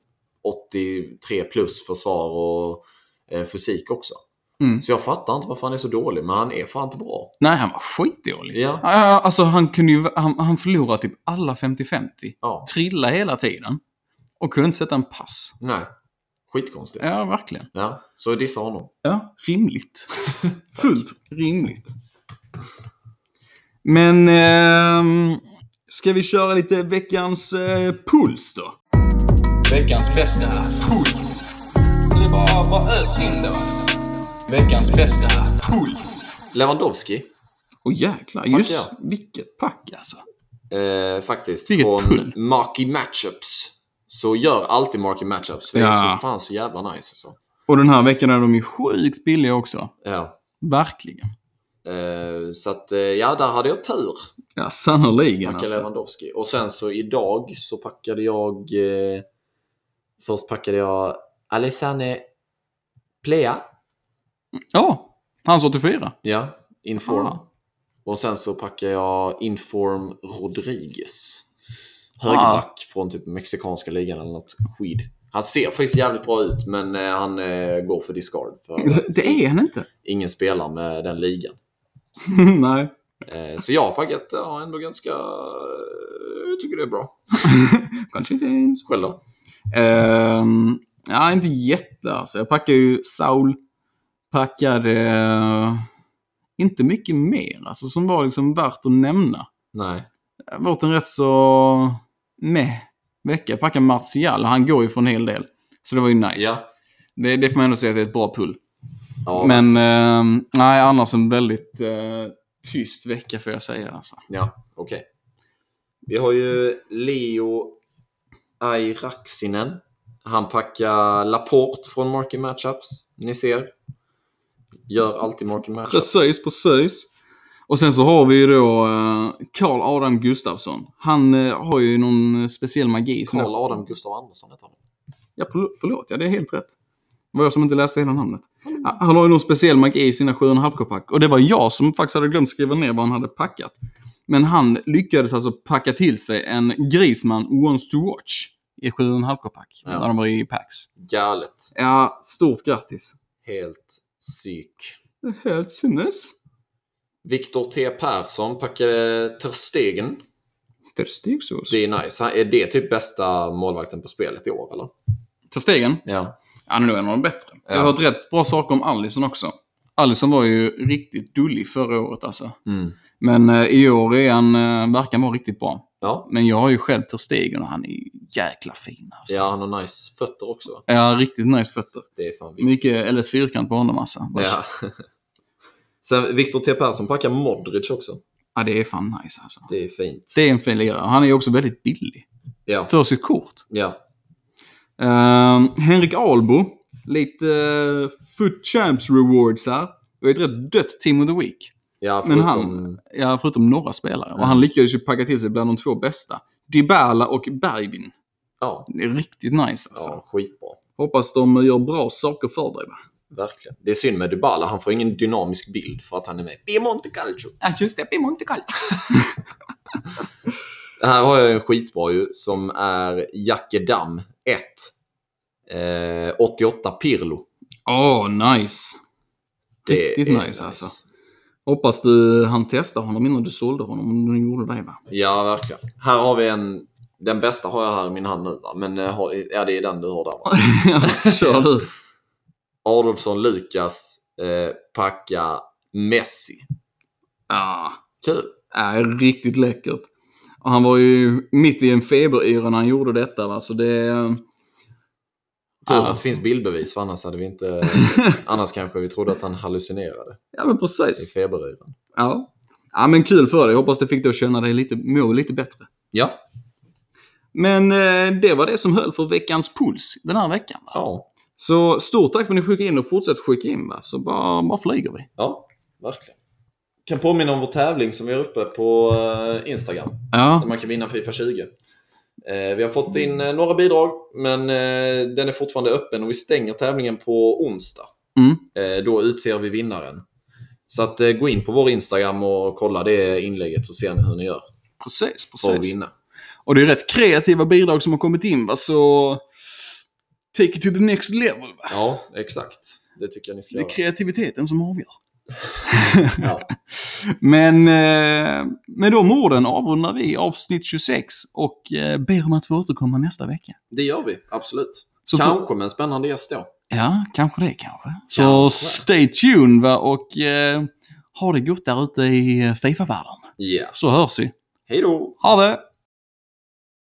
[SPEAKER 3] 83 plus försvar och eh, fysik också.
[SPEAKER 2] Mm.
[SPEAKER 3] Så jag fattar inte varför han är så dålig, men han är fan inte bra.
[SPEAKER 2] Nej, han var skitdålig.
[SPEAKER 3] Ja.
[SPEAKER 2] Ja, Alltså, han, kunde ju, han, han förlorade typ alla 50-50.
[SPEAKER 3] Ja,
[SPEAKER 2] Trilla hela tiden. Och kunde inte sätta en pass.
[SPEAKER 3] nej. Skitkonstigt.
[SPEAKER 2] Ja, verkligen.
[SPEAKER 3] Ja, så dissa honom.
[SPEAKER 2] Ja, rimligt. Fullt rimligt. Men... ehm, ska vi köra lite veckans eh, puls då? Veckans bästa puls. Det bara, bara ös in då. Veckans bästa puls.
[SPEAKER 3] Lewandowski.
[SPEAKER 2] Åh jäklar, just
[SPEAKER 3] ja.
[SPEAKER 2] vilket pack alltså.
[SPEAKER 3] Eh, faktiskt.
[SPEAKER 2] Vilket
[SPEAKER 3] från
[SPEAKER 2] pull.
[SPEAKER 3] Marky Matchups. Så gör alltid Marky Matchups. För Det är
[SPEAKER 2] Ja.
[SPEAKER 3] så, fan så jävla nice. Alltså.
[SPEAKER 2] Och den här veckan är de ju sjukt billiga också.
[SPEAKER 3] Ja.
[SPEAKER 2] Verkligen.
[SPEAKER 3] Eh, så att, eh, ja, där hade jag tur.
[SPEAKER 2] Ja, sannerligen
[SPEAKER 3] Packa
[SPEAKER 2] alltså.
[SPEAKER 3] Lewandowski. Och sen så idag så packade jag... Eh, först packade jag Alessane Plea.
[SPEAKER 2] Ja, hans 84.
[SPEAKER 3] Ja, Inform.
[SPEAKER 2] Ah.
[SPEAKER 3] Och sen så packade jag Inform Rodriguez.
[SPEAKER 2] Ah.
[SPEAKER 3] Högerback från typ mexikanska ligan eller något skid. Han ser faktiskt jävligt bra ut, men eh, han eh, går för discard. För
[SPEAKER 2] <laughs> Det är han <laughs> inte.
[SPEAKER 3] Ingen spelar med den ligan.
[SPEAKER 2] <laughs> Nej.
[SPEAKER 3] Eh, så jag har packat ja, ändå ganska... eh, Jag tycker det är bra.
[SPEAKER 2] Kanske inte ens.
[SPEAKER 3] Själv då?
[SPEAKER 2] Ehm, ja, inte jätte alltså. Jag packar ju Saul. Packar eh, inte mycket mer alltså, som var liksom värt att nämna.
[SPEAKER 3] Nej.
[SPEAKER 2] varit en rätt så meh vecka. Packa Martial, han går ju för en hel del. Så det var ju nice.
[SPEAKER 3] Ja.
[SPEAKER 2] Det, det får man ändå säga att det är ett bra pull.
[SPEAKER 3] Ja,
[SPEAKER 2] Men eh, nej, annars en väldigt eh, tyst vecka får jag säga. Alltså.
[SPEAKER 3] Ja, okej. Vi har ju Leo Airaxinen. Han packar Laporte från Marking Matchups. Ni ser. Gör alltid
[SPEAKER 2] <laughs>
[SPEAKER 3] Marking Matchups.
[SPEAKER 2] Precis, precis. Och sen så har vi ju då eh, Karl Adam Gustafsson. Han eh, har ju någon speciell magi. som
[SPEAKER 3] Karl Adam Gustav Andersson heter han.
[SPEAKER 2] Ja, förl- förlåt. Ja, det är helt rätt. Det var jag som inte läste hela namnet. Ha- Han har ju någon speciell magi i sina 7,5 pack Och det var jag som faktiskt hade glömt skriva ner vad han hade packat. Men han lyckades alltså packa till sig en Griezmann wants to watch i 7,5 pack
[SPEAKER 3] Ja.
[SPEAKER 2] När de var i packs.
[SPEAKER 3] Galet.
[SPEAKER 2] Ja, stort grattis.
[SPEAKER 3] Helt psyk.
[SPEAKER 2] Helt sinnes.
[SPEAKER 3] Viktor T Persson packade Ter Stegen.
[SPEAKER 2] Ter Stegsås.
[SPEAKER 3] Det är nice. Han- Är det typ bästa målvakten på spelet i år, eller?
[SPEAKER 2] Ter Stegen?
[SPEAKER 3] Ja.
[SPEAKER 2] Han är nog en av de bättre. Jag har
[SPEAKER 3] Ja.
[SPEAKER 2] hört rätt bra saker om Allison också. Allison var ju riktigt dullig förra året alltså.
[SPEAKER 3] Mm.
[SPEAKER 2] Men eh, i år är han, eh, verkar han vara riktigt bra.
[SPEAKER 3] Ja.
[SPEAKER 2] Men jag har ju själv Ter Stegen och han är ju jäkla fin alltså.
[SPEAKER 3] ja, han har nice fötter också. va?
[SPEAKER 2] Ja, riktigt nice fötter.
[SPEAKER 3] Det är fan viktigt.
[SPEAKER 2] Mycket eller ett fyrkant på honom alltså.
[SPEAKER 3] Ja. <laughs> Sen Viktor T Persson packar Modric också.
[SPEAKER 2] Ja, det är fan nice alltså.
[SPEAKER 3] Det är fint.
[SPEAKER 2] Det är en fin lirare. Han är ju också väldigt billig.
[SPEAKER 3] Ja.
[SPEAKER 2] För sitt kort.
[SPEAKER 3] ja.
[SPEAKER 2] Ehm, Henrik Albo. Lite uh, Foot Champs Rewards här. Det var ett rätt dött Team of the Week.
[SPEAKER 3] ja
[SPEAKER 2] Men
[SPEAKER 3] förutom-
[SPEAKER 2] han, ja, förutom några spelare. Och han lyckades ju packa till sig bland de två bästa. Dybala och Bergvin.
[SPEAKER 3] Ja,
[SPEAKER 2] Det är riktigt nice alltså.
[SPEAKER 3] ja, skitbra.
[SPEAKER 2] Hoppas de gör bra saker för dig va?
[SPEAKER 3] Verkligen. Det är synd med Dybala, han får ingen dynamisk bild för att han är med. Piemonte Calcio.
[SPEAKER 2] Ja, just det. Piemonte Calcio.
[SPEAKER 3] Här har jag en skitbra ju, som är Jacke Damm 1. Eh, 88 Pirlo.
[SPEAKER 2] Åh, nice.
[SPEAKER 3] Det
[SPEAKER 2] Riktigt
[SPEAKER 3] är
[SPEAKER 2] nice, alltså. Hoppas du han testar honom innan du sålde honom, om du gjorde det va? <laughs>
[SPEAKER 3] Ja, verkligen. Här har vi en... Den bästa har jag här i min hand nu, va? men eh, har- är det är den du har där. Va?
[SPEAKER 2] Kör du.
[SPEAKER 3] Adolfsson Lukas eh, packa Messi.
[SPEAKER 2] Ja,
[SPEAKER 3] Kul.
[SPEAKER 2] är riktigt läckert. Och han var ju mitt i en feberyra när han gjorde detta va, så det...
[SPEAKER 3] Tur
[SPEAKER 2] Ja.
[SPEAKER 3] att det finns bildbevis, för annars hade vi inte... annars kanske vi trodde att han hallucinerade
[SPEAKER 2] Ja, men
[SPEAKER 3] i
[SPEAKER 2] precis.
[SPEAKER 3] feberyran.
[SPEAKER 2] Ja. Ja, men kul för dig. Hoppas det fick dig att känna dig lite, må lite bättre.
[SPEAKER 3] Ja.
[SPEAKER 2] Men eh, det var det som höll för veckans puls den här veckan. Va?
[SPEAKER 3] Ja.
[SPEAKER 2] Så stort tack för att ni skickade in och fortsätt skicka in. Va? Så bara, bara flyger vi.
[SPEAKER 3] Ja, verkligen. Kan påminna om vår tävling som vi har uppe på eh, Instagram. Där
[SPEAKER 2] Ja,
[SPEAKER 3] man kan vinna Fifa 20. Eh, Vi har fått in eh, några bidrag, men eh, den är fortfarande öppen och vi stänger tävlingen på onsdag.
[SPEAKER 2] Mm.
[SPEAKER 3] Eh, Då utser vi vinnaren. Så att eh, gå in på vår Instagram och kolla det inlägget så ser ni hur ni gör
[SPEAKER 2] precis.
[SPEAKER 3] för att
[SPEAKER 2] precis.
[SPEAKER 3] vinna.
[SPEAKER 2] Och det är rätt kreativa bidrag som har kommit in. Va? Så take it to the next level. Va?
[SPEAKER 3] Ja, exakt. Det tycker jag ni ska
[SPEAKER 2] Det
[SPEAKER 3] göra.
[SPEAKER 2] är kreativiteten som avgör.
[SPEAKER 3] Ja.
[SPEAKER 2] Men eh, med de orden avrundar vi avsnitt 26 och eh, ber om att få återkomma nästa vecka.
[SPEAKER 3] Det gör vi, absolut.
[SPEAKER 2] Så får-
[SPEAKER 3] Kanske med en spännande gäst då.
[SPEAKER 2] Ja, kanske det kanske. Så
[SPEAKER 3] Kanske.
[SPEAKER 2] stay tuned va? och eh, ha det gott där ute i eh, Fifa-världen.
[SPEAKER 3] Ja.
[SPEAKER 2] Så hörs vi.
[SPEAKER 3] Hej då!
[SPEAKER 2] Ha det!